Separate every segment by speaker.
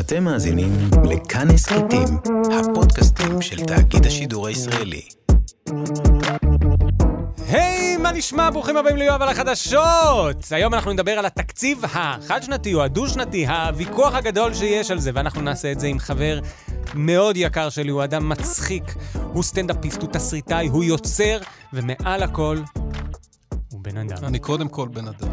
Speaker 1: אתם מאזינים לכאן הסכתים, הפודקאסטים של תאגיד השידור הישראלי.
Speaker 2: היי, מה נשמע? ברוכים הבאים ליואב על החדשות! היום אנחנו נדבר על התקציב החד-שנתי או הדו-שנתי, הוויכוח הגדול שיש על זה, ואנחנו נעשה את זה עם חבר מאוד יקר שלי, הוא אדם מצחיק, הוא סטנדאפיסט, הוא תסריטאי, הוא יוצר, ומעל הכל, הוא בן אדם.
Speaker 3: אני קודם כל בן אדם.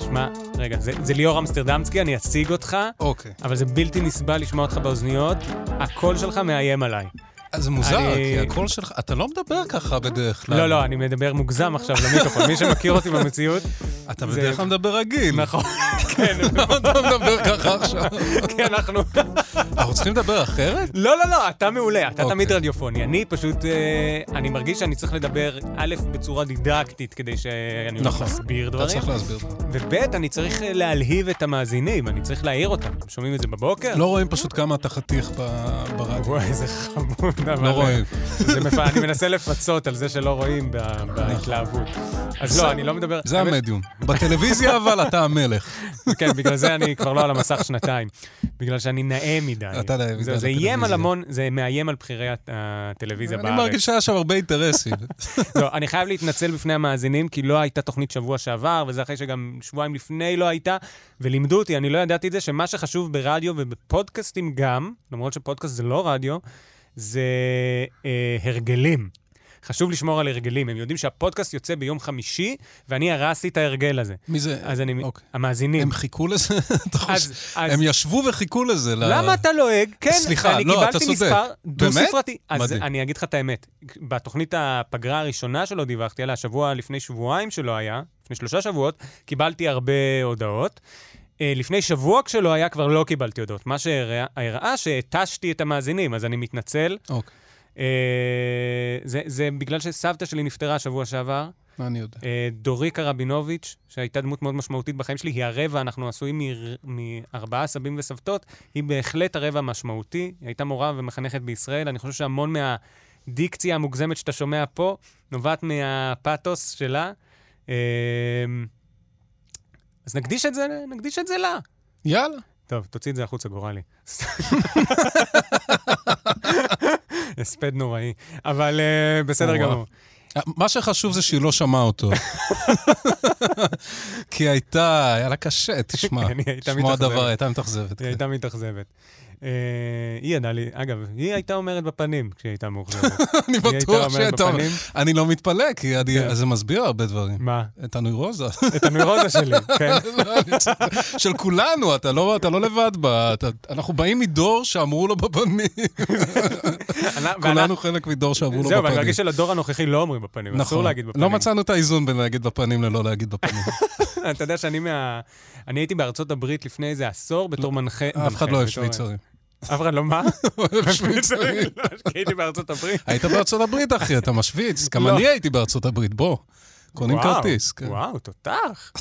Speaker 2: שמע, רגע, זה, זה ליאור אמסטרדמצקי, אני אציג אותך,
Speaker 3: אוקיי.
Speaker 2: אבל זה בלתי נסבל לשמוע אותך באוזניות, הקול שלך מאיים עליי.
Speaker 3: אז זה מוזר,
Speaker 2: אני-
Speaker 3: כי הקול שלך, אתה לא מדבר ככה בדרך כלל.
Speaker 2: לא, לא, אני מדבר מוגזם עכשיו למיקרופון, מי שמכיר אותי במציאות,
Speaker 3: אתה
Speaker 2: זה-
Speaker 3: בדרך כלל מדבר רגיל.
Speaker 2: נכון, כן,
Speaker 3: למה אתה מדבר ככה עכשיו?
Speaker 2: כי אנחנו...
Speaker 3: אנחנו צריכים לדבר אחרת?
Speaker 2: לא, לא, לא, אתה מעולה, אתה
Speaker 3: אוקיי.
Speaker 2: תמיד רדיופוני. אני פשוט, אה, אני מרגיש שאני צריך לדבר, א', בצורה דידקטית, כדי שאני הולך
Speaker 3: נכון.
Speaker 2: להסביר
Speaker 3: אתה
Speaker 2: דברים,
Speaker 3: צריך להסביר.
Speaker 2: וב', אני צריך אה, להלהיב את המאזינים, אני צריך להעיר אותם. אתם שומעים את זה בבוקר?
Speaker 3: לא רואים פשוט כמה אתה חתיך ב- ברדיו.
Speaker 2: כן. וואי, איזה חמוד.
Speaker 3: לא
Speaker 2: אבל-
Speaker 3: רואים.
Speaker 2: זה מפ- אני מנסה לפצות על זה שלא רואים ב- בהתלהבות. אז לא, אני לא מדבר...
Speaker 3: זה
Speaker 2: האמת-
Speaker 3: המדיום. בטלוויזיה אבל אתה המלך.
Speaker 2: כן, בגלל זה אני כבר לא על המסך שנתיים. בגלל שאני נאה מדי.
Speaker 3: אתה נאה
Speaker 2: זה-
Speaker 3: מדי
Speaker 2: זה איים על
Speaker 3: לטלוויזיה.
Speaker 2: המון, זה מאיים על בחירי הט- הטלוויזיה
Speaker 3: אני
Speaker 2: בארץ.
Speaker 3: מרגיש שהיה שם הרבה אינטרסים.
Speaker 2: לא, אני חייב להתנצל בפני המאזינים, כי לא הייתה תוכנית שבוע שעבר, וזה אחרי שגם שבועיים לפני לא הייתה, ולימדו אותי, אני לא ידעתי את זה, שמה שחשוב ברדיו ובפודקאסטים גם, למרות שפודקאסט זה לא רדיו, זה אה, הרגלים. חשוב לשמור על הרגלים. הם יודעים שהפודקאסט יוצא ביום חמישי, ואני הרסתי את ההרגל הזה.
Speaker 3: מי זה?
Speaker 2: אז אני...
Speaker 3: אוקיי.
Speaker 2: המאזינים.
Speaker 3: הם חיכו לזה? אתה חושב-
Speaker 2: אז- אז-
Speaker 3: הם ישבו וחיכו לזה. ל-
Speaker 2: למה אתה לועג? כן,
Speaker 3: לא, סליחה,
Speaker 2: אני
Speaker 3: לא,
Speaker 2: קיבלתי
Speaker 3: אתה צודק.
Speaker 2: מספר
Speaker 3: באמת?
Speaker 2: דו-ספרתי. אז
Speaker 3: מדהים.
Speaker 2: אני אגיד לך את האמת. בתוכנית הפגרה הראשונה שלו דיווחתי עליה, השבוע לפני שבועיים שלא היה, לפני שלושה שבועות, קיבלתי הרבה הודעות. אה, לפני שבוע כשלא היה, כבר לא קיבלתי הודעות. מה שהראה שהתשתי את המאזינים, אז אני מתנצל.
Speaker 3: אוקיי,
Speaker 2: אה, זה- זה בגלל שסבתא שלי נפטרה שבוע שעבר.
Speaker 3: מה אני יודע?
Speaker 2: אה, דוריקה רבינוביץ', שהייתה דמות מאוד משמעותית בחיים שלי, היא הרבע, אנחנו עשויים מר- מארבעה סבים וסבתות, היא בהחלט הרבע המשמעותי, היא הייתה מורה ומחנכת בישראל, אני חושב שהמון מהדיקציה המוגזמת שאתה שומע פה, נובעת מהפאתוס שלה. אה, אז נקדיש את זה, נקדיש את זה לה.
Speaker 3: יאללה.
Speaker 2: טוב, תוציא את זה החוצה, גורלי. הספד נוראי, אבל אה, בסדר
Speaker 3: וואו.
Speaker 2: גמור.
Speaker 3: מה שחשוב זה שהיא לא שמעה אותו. כי הייתה, היה לה קשה, תשמע.
Speaker 2: כן, היא הייתה
Speaker 3: שמוע
Speaker 2: מתאכזבת.
Speaker 3: דבר, הייתה מתאכזבת.
Speaker 2: היא
Speaker 3: כן.
Speaker 2: הייתה מתאכזבת. אה, היא ידעה לי, אגב, היא הייתה אומרת בפנים כשהיא הייתה מאוכזבת.
Speaker 3: אני
Speaker 2: היא הייתה
Speaker 3: בטוח
Speaker 2: אומרת
Speaker 3: שהייתה...
Speaker 2: בפנים.
Speaker 3: אני לא מתפלא, כי אני-
Speaker 2: כן.
Speaker 3: אז זה מסביר הרבה דברים.
Speaker 2: מה?
Speaker 3: את הנוירוזה.
Speaker 2: את הנוירוזה שלי, כן.
Speaker 3: של כולנו, אתה לא, אתה לא לבד בה. אתה, אנחנו באים מדור שאמרו לו בפנים.
Speaker 2: ואנחנו-
Speaker 3: כולנו חלק מדור שאמרו לו
Speaker 2: זהו, ואני
Speaker 3: בפנים.
Speaker 2: מרגיש שלדור הנוכחי לא אומרים בפנים, אסור
Speaker 3: נכון.
Speaker 2: להגיד בפנים.
Speaker 3: לא מצאנו את האיזון בין להגיד בפנים ללא להגיד בפנים.
Speaker 2: אתה יודע שאני מה... אני הייתי בארצות הברית לפני איזה עשור בתור מנחה.
Speaker 3: אף
Speaker 2: מנחה,
Speaker 3: אחד לא אוהב
Speaker 2: בתור-
Speaker 3: שוויצרים.
Speaker 2: אף אחד לא מה?
Speaker 3: אוהב שוויצרים.
Speaker 2: לא, כי הייתי בארצות הברית.
Speaker 3: היית בארצות הברית, אחי, אתה משוויץ. גם
Speaker 2: לא.
Speaker 3: אני הייתי בארצות הברית, בוא. קונים
Speaker 2: וואו,
Speaker 3: כרטיס. כן.
Speaker 2: וואו, תותח.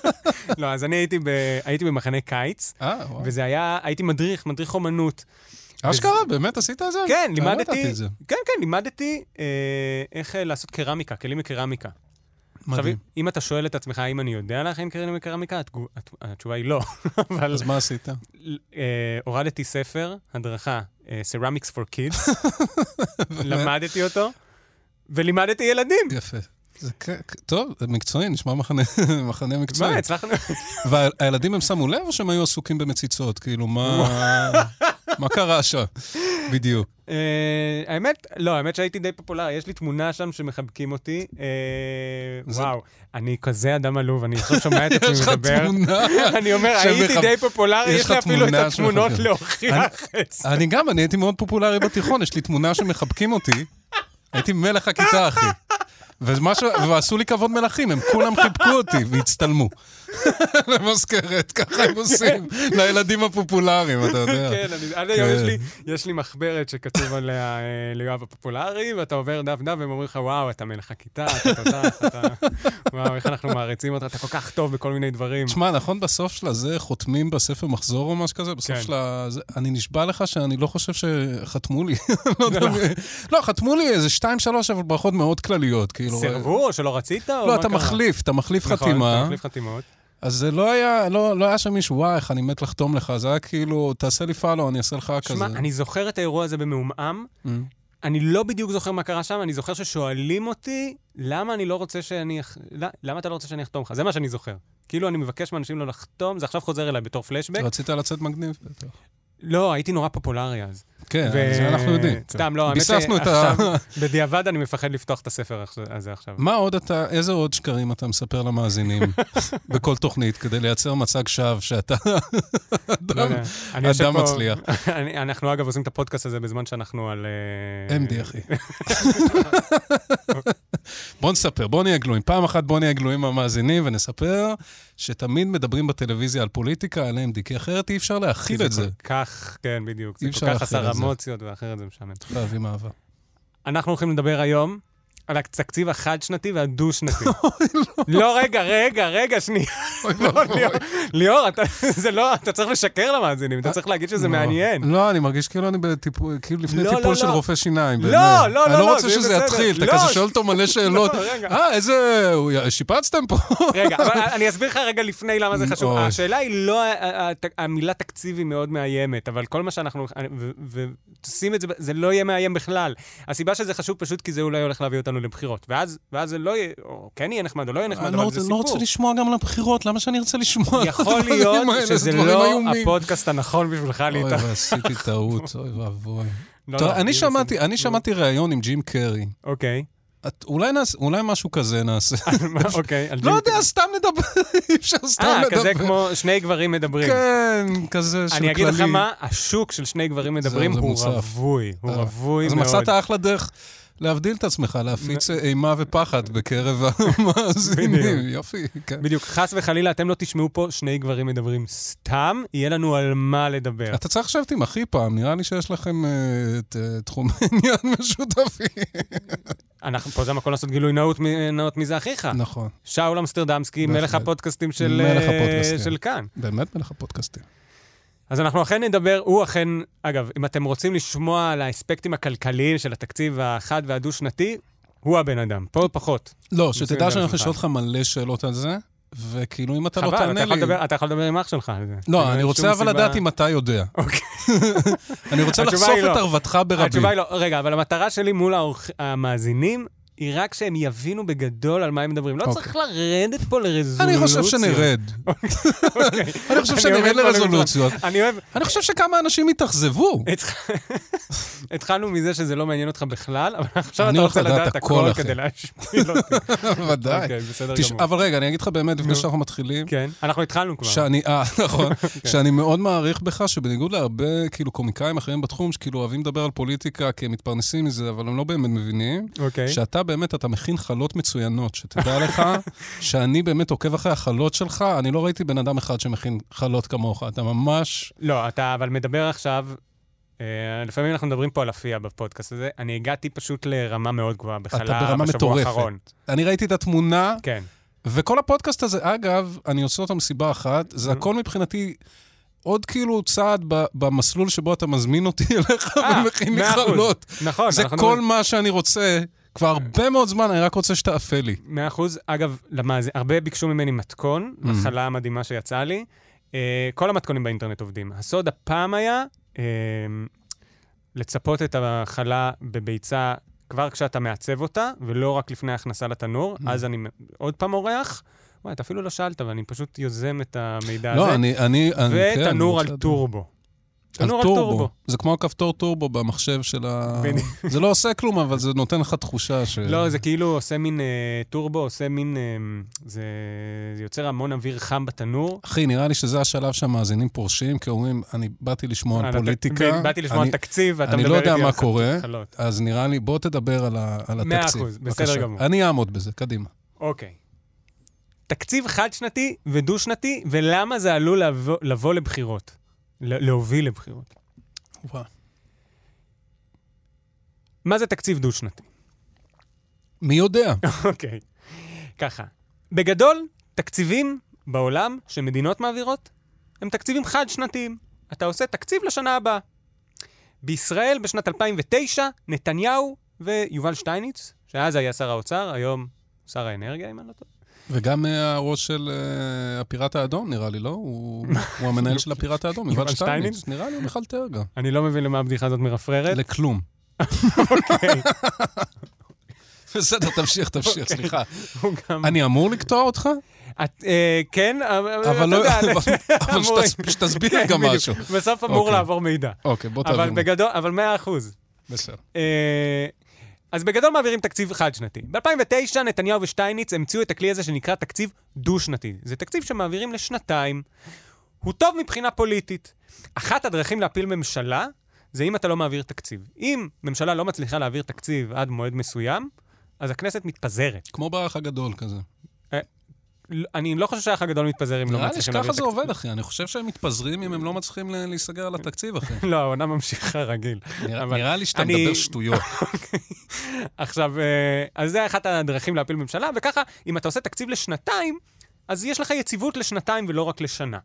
Speaker 2: לא, אז אני הייתי ב- הייתי במחנה קיץ,
Speaker 3: אה, וואו.
Speaker 2: וזה היה, הייתי מדריך, מדריך אומנות.
Speaker 3: אשכרה, באמת עשית את זה?
Speaker 2: כן,
Speaker 3: לא
Speaker 2: לימדתי,
Speaker 3: ידעתי את זה.
Speaker 2: כן, כן, לימדתי אה, איך אה, לעשות קרמיקה, כלים מקרמיקה.
Speaker 3: מדהים.
Speaker 2: עכשיו, אם אתה שואל את עצמך האם אני יודע להכין כלים מקרמיקה, התגו- הת- התשובה היא לא. אבל
Speaker 3: אז מה עשית?
Speaker 2: אה, הורדתי ספר, הדרכה, אה, Ceramics for Kids, למדתי אותו, ולימדתי ילדים.
Speaker 3: יפה. זה ק- טוב, זה מקצועי, נשמע מחנה מחנה מקצועי.
Speaker 2: מה, הצלחנו?
Speaker 3: והילדים הם שמו לב או שהם היו עסוקים במציצות? כאילו, מה מה קרה שם? בדיוק.
Speaker 2: אה, האמת, לא, האמת שהייתי די פופולרי, יש לי תמונה שם שמחבקים אותי. אה,
Speaker 3: זה-
Speaker 2: וואו, אני כזה אדם עלוב, אני עכשיו שומע את עצמי
Speaker 3: יש לך
Speaker 2: מדבר.
Speaker 3: תמונה.
Speaker 2: אני אומר, הייתי
Speaker 3: שמחב-
Speaker 2: די פופולרי,
Speaker 3: יש
Speaker 2: יש לי
Speaker 3: לך
Speaker 2: אפילו את
Speaker 3: תמונה
Speaker 2: התמונות
Speaker 3: שמחבקים.
Speaker 2: להוכיח את זה.
Speaker 3: אני גם, אני הייתי מאוד פופולרי בתיכון, יש לי תמונה שמחבקים אותי. הייתי מלך הכיתה, אחי. ומה ש... ועשו לי כבוד מלכים, הם כולם חיבקו אותי והצטלמו. למזכרת, ככה הם עושים לילדים הפופולריים, אתה יודע.
Speaker 2: כן, אני- עד היום
Speaker 3: כן.
Speaker 2: יש לי- יש לי מחברת שכתוב עליה אה, ליואב הפופולרי, ואתה עובר דף דף והם אומרים לך, וואו, אתה מלך הכיתה, אתה תותח, אתה... וואו, איך אנחנו מעריצים אותך, אתה כל כך טוב בכל מיני דברים.
Speaker 3: תשמע, נכון בסוף של הזה חותמים בספר מחזור או משהו כזה? בסוף
Speaker 2: כן.
Speaker 3: של ה... זה- אני נשבע לך שאני לא חושב שחתמו לי. לא יודע מי- לא, חתמו לי איזה שתיים, שלוש, אבל ברכות מאוד כלליות, כאילו...
Speaker 2: סירבו או שלא רצית? או
Speaker 3: לא,
Speaker 2: מה
Speaker 3: אתה
Speaker 2: קרה?
Speaker 3: מחליף, אתה מחליף
Speaker 2: נכון, אתה
Speaker 3: חתימה.
Speaker 2: מחליף חתימות.
Speaker 3: אז זה לא היה, לא, לא היה שם מישהו, וואי, איך אני מת לחתום לך. זה היה כאילו, תעשה לי פאלו, אני אעשה לך כזה.
Speaker 2: שמע, אני זוכר את האירוע הזה במעומעם.
Speaker 3: Mm.
Speaker 2: אני לא בדיוק זוכר מה קרה שם, אני זוכר ששואלים אותי, למה אני לא רוצה שאני... אח- לא, למה אתה לא רוצה שאני אחתום לך? זה מה שאני זוכר. כאילו, אני מבקש מאנשים לא לחתום, זה עכשיו חוזר אליי בתור פלשבק.
Speaker 3: רצית לצאת מגניב בטח.
Speaker 2: לא, הייתי נורא פופולרי אז.
Speaker 3: כן,
Speaker 2: ו-
Speaker 3: זה אנחנו יודעים. כן.
Speaker 2: סתם, לא, האמת
Speaker 3: ביססנו את ה...
Speaker 2: שעכשיו- בדיעבד אני מפחד לפתוח את הספר עכשיו- הזה עכשיו.
Speaker 3: מה עוד אתה, איזה עוד שקרים אתה מספר למאזינים בכל תוכנית כדי לייצר מצג שווא שאתה
Speaker 2: לא
Speaker 3: אדם
Speaker 2: יודע. אני יושב
Speaker 3: אדם
Speaker 2: פה- אה.
Speaker 3: מצליח.
Speaker 2: אני- אנחנו, אגב, עושים את הפודקאסט הזה בזמן שאנחנו על... אה,
Speaker 3: MD, אחי. בוא נספר, בוא נהיה גלויים. פעם אחת בוא נהיה גלויים עם המאזינים ונספר שתמיד מדברים בטלוויזיה על פוליטיקה, על MD, כי אחרת אי אפשר
Speaker 2: כי
Speaker 3: להכיל כאילו את זה.
Speaker 2: כל כך, כן, בדיוק. זה
Speaker 3: אי אפשר
Speaker 2: כל כך
Speaker 3: להכיל
Speaker 2: חסר
Speaker 3: את זה.
Speaker 2: אמוציות, ואחרת זה משעמם.
Speaker 3: צריך להביא אהבה.
Speaker 2: אנחנו הולכים לדבר היום על התקציב החד-שנתי והדו-שנתי. לא, רגע, רגע, רגע, שנייה. לא, ליאור- ליאור, אתה- זה לא, אתה צריך לשקר למאזינים, אתה צריך להגיד שזה מעניין.
Speaker 3: לא, אני מרגיש כאילו אני בטיפול, כאילו לפני
Speaker 2: לא, לא,
Speaker 3: טיפול
Speaker 2: לא.
Speaker 3: של רופא שיניים.
Speaker 2: לא,
Speaker 3: באמת.
Speaker 2: לא, לא,
Speaker 3: אני
Speaker 2: לא,
Speaker 3: לא רוצה
Speaker 2: זה יהיה
Speaker 3: שזה
Speaker 2: בסדר.
Speaker 3: יתחיל,
Speaker 2: לא,
Speaker 3: אתה כזה
Speaker 2: ש-
Speaker 3: שואל אותו מלא שאלות.
Speaker 2: לא, רגע.
Speaker 3: אה, איזה... הוא- שיפצתם פה?
Speaker 2: רגע, אבל אני אסביר לך רגע לפני למה זה חשוב.
Speaker 3: אוי.
Speaker 2: השאלה היא לא, ה- ה- ה- המילה תקציב היא מאוד מאיימת, אבל כל מה שאנחנו, ו- ו- ותשים את זה, ב- זה לא יהיה מאיים בכלל. הסיבה שזה חשוב פשוט כי זה אולי הולך להביא אותנו לבחירות. ואז ואז זה לא יהיה, או כן יהיה נחמד או לא יהיה נחמד,
Speaker 3: אני לא
Speaker 2: אבל זה
Speaker 3: רוצה- לא
Speaker 2: סיפור.
Speaker 3: רוצה לשמוע גם על הבחירות, למה שאני ארצה לשמוע על
Speaker 2: יכול
Speaker 3: הדברים
Speaker 2: להיות
Speaker 3: האלה? זה
Speaker 2: שזה
Speaker 3: דברים
Speaker 2: לא
Speaker 3: איומים.
Speaker 2: הפודקאסט הנכון בשבילך
Speaker 3: אוי,
Speaker 2: להתאר.
Speaker 3: ועשיתי טעות, אוי ואבוי.
Speaker 2: לא,
Speaker 3: טוב,
Speaker 2: לא,
Speaker 3: אני
Speaker 2: זה
Speaker 3: שמעתי,
Speaker 2: בסדר.
Speaker 3: אני שמעתי ראיון עם ג'ים קרי.
Speaker 2: אוקיי,
Speaker 3: את- אולי נעשה, אולי משהו כזה נעשה.
Speaker 2: מה, אוקיי. על
Speaker 3: לא
Speaker 2: ג'ים-
Speaker 3: יודע, סתם נדבר, אי אפשר סתם
Speaker 2: אה,
Speaker 3: לדבר.
Speaker 2: כזה כמו שני גברים מדברים.
Speaker 3: כן, כזה של כללי.
Speaker 2: אני אגיד לך מה, השוק של שני גברים מדברים
Speaker 3: זה
Speaker 2: הוא
Speaker 3: מוצף.
Speaker 2: רווי, הוא
Speaker 3: אה,
Speaker 2: רווי
Speaker 3: אז
Speaker 2: מאוד.
Speaker 3: מצאת אחלה דרך להבדיל את עצמך, להפיץ אימה ופחד בקרב המאזינים.
Speaker 2: בדיוק.
Speaker 3: יופי, כן.
Speaker 2: בדיוק, חס וחלילה, אתם לא תשמעו פה שני גברים מדברים סתם, יהיה לנו על מה לדבר.
Speaker 3: אתה צריך לשבת עם אחי פעם, נראה לי שיש לכם אה, ת- תחום עניין משותפים.
Speaker 2: אנחנו פה זה המקום לעשות גילוי נאות מ- נאות מזה אחיך.
Speaker 3: נכון,
Speaker 2: שאול אמסטרדמסקי,
Speaker 3: בהחלט.
Speaker 2: מלך הפודקאסטים של
Speaker 3: מלך כן.
Speaker 2: אה,
Speaker 3: הפודקאסטים.
Speaker 2: של כאן.
Speaker 3: באמת מלך הפודקאסטים.
Speaker 2: אז אנחנו אכן נדבר, הוא אכן, אגב, אם אתם רוצים לשמוע על האספקטים הכלכליים של התקציב החד והדו-שנתי, הוא הבן אדם, פה פחות.
Speaker 3: לא,
Speaker 2: נשים את
Speaker 3: שתדע
Speaker 2: זה על
Speaker 3: שאנחנו נשאל
Speaker 2: השולחן.
Speaker 3: אותך מלא שאלות על זה, וכאילו אם אתה לא
Speaker 2: חבל, אתה
Speaker 3: תענה
Speaker 2: יכול
Speaker 3: לי...
Speaker 2: לדבר- אתה יכול לדבר עם אח שלך על זה. כאילו,
Speaker 3: לא,
Speaker 2: אין
Speaker 3: אני
Speaker 2: שום
Speaker 3: רוצה אבל
Speaker 2: סיבה-
Speaker 3: לדעת אם אתה יודע.
Speaker 2: אוקיי.
Speaker 3: אני רוצה
Speaker 2: התשובה
Speaker 3: לחשוף
Speaker 2: היא לא.
Speaker 3: את ערוותך ברבים.
Speaker 2: התשובה היא לא, רגע, אבל המטרה שלי מול האורח- המאזינים היא רק שהם יבינו בגדול על מה הם מדברים. לא
Speaker 3: אוקיי.
Speaker 2: צריך לרדת פה לרזולוציות.
Speaker 3: אני חושב שנרד.
Speaker 2: לא. אוקיי.
Speaker 3: אני חושב
Speaker 2: אני לא. עומד פה
Speaker 3: שנרד לרזולוציות.
Speaker 2: אני אוהב...
Speaker 3: אני חושב שכמה אנשים יתאכזבו.
Speaker 2: התח- התחלנו מזה שזה לא מעניין אותך בכלל, אבל עכשיו
Speaker 3: אני
Speaker 2: אתה
Speaker 3: הולך
Speaker 2: רוצה
Speaker 3: לדעת
Speaker 2: לדעת
Speaker 3: הכל,
Speaker 2: הכל
Speaker 3: אחי.
Speaker 2: כדי להשפיל אותי.
Speaker 3: ודאי.
Speaker 2: אוקיי, בסדר
Speaker 3: תש-
Speaker 2: גמור.
Speaker 3: אבל רגע, אני אגיד לך באמת, לפני
Speaker 2: נו.
Speaker 3: שאנחנו מתחילים,
Speaker 2: כן, אנחנו התחלנו כבר. כן.
Speaker 3: שאני, אה, נכון, שאני מאוד מעריך בך שבניגוד להרבה, כאילו, קומיקאים אחרים בתחום, שכאילו אוהבים לדבר על פוליטיקה כי הם מתפרנסים מזה, אבל הם לא באמת מבינים,
Speaker 2: אוקיי.
Speaker 3: שאתה באמת, אתה מכין חלות מצוינות, שתדע לך שאני באמת עוקב אחרי החלות שלך, אני לא ראיתי בן אדם אחד שמכין חלות כמוך, אתה ממש...
Speaker 2: לא, אתה אבל מדבר עכשיו, אה, לפעמים אנחנו מדברים פה על אפייה בפודקאסט הזה, אני הגעתי פשוט לרמה מאוד גבוהה בחלה
Speaker 3: ברמה
Speaker 2: בשבוע
Speaker 3: מטורפת.
Speaker 2: האחרון.
Speaker 3: אני ראיתי את התמונה,
Speaker 2: כן.
Speaker 3: וכל הפודקאסט הזה, אגב, אני עושה אותו מסיבה אחת,
Speaker 2: אה.
Speaker 3: זה הכל מבחינתי... עוד כאילו צעד ב- במסלול שבו אתה מזמין אותי אליך
Speaker 2: אה,
Speaker 3: ומכין לי
Speaker 2: מאה אחוז.
Speaker 3: חלות.
Speaker 2: נכון,
Speaker 3: זה
Speaker 2: אנחנו
Speaker 3: כל מה שאני רוצה, כבר הרבה מאוד זמן, אני רק רוצה שתאפה לי.
Speaker 2: מאה אחוז. אגב, למאזין, הרבה ביקשו ממני מתכון,
Speaker 3: Mm-hmm.
Speaker 2: מחלה המדהימה שיצאה לי. אה, כל המתכונים באינטרנט עובדים. הסוד הפעם היה אה, לצפות את החלה בביצה כבר כשאתה מעצב אותה, ולא רק לפני ההכנסה לתנור.
Speaker 3: Mm-hmm.
Speaker 2: אז אני מ- עוד פעם אורח. וואי, אתה אפילו לא שאלת, אבל אני פשוט יוזם את המידע
Speaker 3: לא,
Speaker 2: הזה.
Speaker 3: אני... אני אני- כן, אני
Speaker 2: ותנור
Speaker 3: רוצה
Speaker 2: על
Speaker 3: לדעת.
Speaker 2: טורבו.
Speaker 3: על
Speaker 2: תנור על
Speaker 3: טורבו.
Speaker 2: טורבו.
Speaker 3: זה כמו הכפתור טורבו במחשב של ה...
Speaker 2: בדיוק.
Speaker 3: זה לא עושה כלום, אבל זה נותן לך תחושה ש...
Speaker 2: לא, זה כאילו עושה מין אה, טורבו, עושה מין... אה, זה זה יוצר המון אוויר חם בתנור.
Speaker 3: אחי, נראה לי שזה השלב שהמאזינים פורשים, כי אומרים, אני באתי לשמוע על
Speaker 2: אתה-
Speaker 3: נכון, פוליטיקה.
Speaker 2: אה, באתי לשמוע
Speaker 3: אני-
Speaker 2: על תקציב, ואתה
Speaker 3: אני
Speaker 2: מדבר
Speaker 3: לא יודע
Speaker 2: איתי על
Speaker 3: מה
Speaker 2: חת-
Speaker 3: קורה.
Speaker 2: חלות.
Speaker 3: אז נראה לי, בוא תדבר על ה- על
Speaker 2: מאה
Speaker 3: התקציב.
Speaker 2: אחוז, בסדר
Speaker 3: בבקשה.
Speaker 2: גמור.
Speaker 3: אני אעמוד בזה, קדימה.
Speaker 2: אוקיי. תקציב חד-שנתי ודו-שנתי, ולמה זה עלול לבוא- לבוא לבחירות? ל- להוביל לבחירות. מה זה תקציב דו-שנתי?
Speaker 3: מי יודע?
Speaker 2: אוקיי. ככה. בגדול, תקציבים בעולם שמדינות מעבירות הם תקציבים חד-שנתיים. אתה עושה תקציב לשנה הבאה. בישראל בשנת 2009, נתניהו ויובל שטייניץ, שאז היה שר האוצר, היום שר האנרגיה, אם אני לא טועה.
Speaker 3: וגם אה, הראש של אה, הפיראט האדום, נראה לי, לא? הוא הוא המנהל של הפיראט האדום, יובל
Speaker 2: יובל שטייניץ?
Speaker 3: שטייניץ. נראה לי הוא מיכל תרגע.
Speaker 2: אני לא מבין למה הבדיחה הזאת מרפררת.
Speaker 3: לכלום.
Speaker 2: אוקיי.
Speaker 3: בסדר, תמשיך, תמשיך,
Speaker 2: אוקיי.
Speaker 3: סליחה.
Speaker 2: הוא גם...
Speaker 3: אני אמור לקטוע אותך?
Speaker 2: את, אה, כן,
Speaker 3: אבל לא... אבל
Speaker 2: אמור-
Speaker 3: שתס- שתסביר לי גם משהו.
Speaker 2: כן, בסוף אמור
Speaker 3: אוקיי.
Speaker 2: לעבור מידע.
Speaker 3: אוקיי, בוא תעבור.
Speaker 2: אבל
Speaker 3: לנו.
Speaker 2: בגדול, אבל מאה אחוז.
Speaker 3: בסדר.
Speaker 2: אה, אז בגדול מעבירים תקציב חד-שנתי. ב-2009 נתניהו ושטייניץ המציאו את הכלי הזה שנקרא תקציב דו-שנתי. זה תקציב שמעבירים לשנתיים. הוא טוב מבחינה פוליטית. אחת הדרכים להפיל ממשלה זה אם אתה לא מעביר תקציב. אם ממשלה לא מצליחה להעביר תקציב עד מועד מסוים, אז הכנסת מתפזרת.
Speaker 3: כמו באח הגדול כזה.
Speaker 2: לא- אני לא חושב שהאח הגדול מתפזר אם לא
Speaker 3: נראה לי
Speaker 2: מצליחים להעביר
Speaker 3: שככה זה
Speaker 2: תקציב.
Speaker 3: עובד, אחי. אני חושב שהם מתפזרים אם הם לא מצליחים ל- להיסגר על התקציב, אחי.
Speaker 2: לא, העונה ממשיכה רגיל.
Speaker 3: נראה-
Speaker 2: אבל
Speaker 3: נראה לי שאתה
Speaker 2: אני-
Speaker 3: מדבר שטויות.
Speaker 2: עכשיו, אה, אז זה אחת הדרכים להפיל ממשלה, וככה, אם אתה עושה תקציב לשנתיים, אז יש לך יציבות לשנתיים ולא רק לשנה.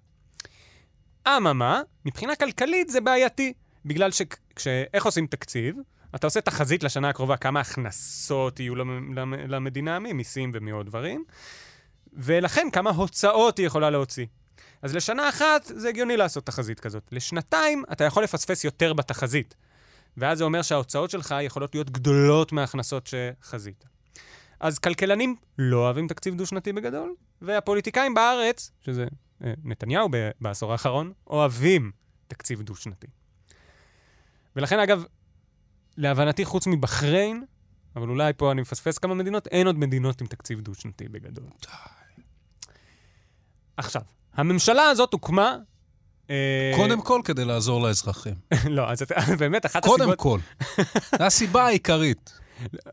Speaker 2: אממה, מבחינה כלכלית זה בעייתי, בגלל ש... כש- איך עושים תקציב? אתה עושה תחזית לשנה הקרובה, כמה הכנסות יהיו למ- למ- למדינה ממיסים ומעוד דברים, ולכן כמה הוצאות היא יכולה להוציא. אז לשנה אחת זה הגיוני לעשות תחזית כזאת. לשנתיים אתה יכול לפספס יותר בתחזית. ואז זה אומר שההוצאות שלך יכולות להיות גדולות מההכנסות שחזית. אז כלכלנים לא אוהבים תקציב דו-שנתי בגדול, והפוליטיקאים בארץ, שזה אה, נתניהו ב- בעשור האחרון, אוהבים תקציב דו-שנתי. ולכן, אגב, להבנתי, חוץ מבחריין, אבל אולי פה אני מפספס כמה מדינות, אין עוד מדינות עם תקציב דו-שנתי בגדול. עכשיו, הממשלה הזאת הוקמה... אה,
Speaker 3: קודם כל, כדי לעזור לאזרחים.
Speaker 2: לא, אז אתה- באמת, אחת
Speaker 3: קודם
Speaker 2: הסיבות...
Speaker 3: כל. זו הסיבה העיקרית.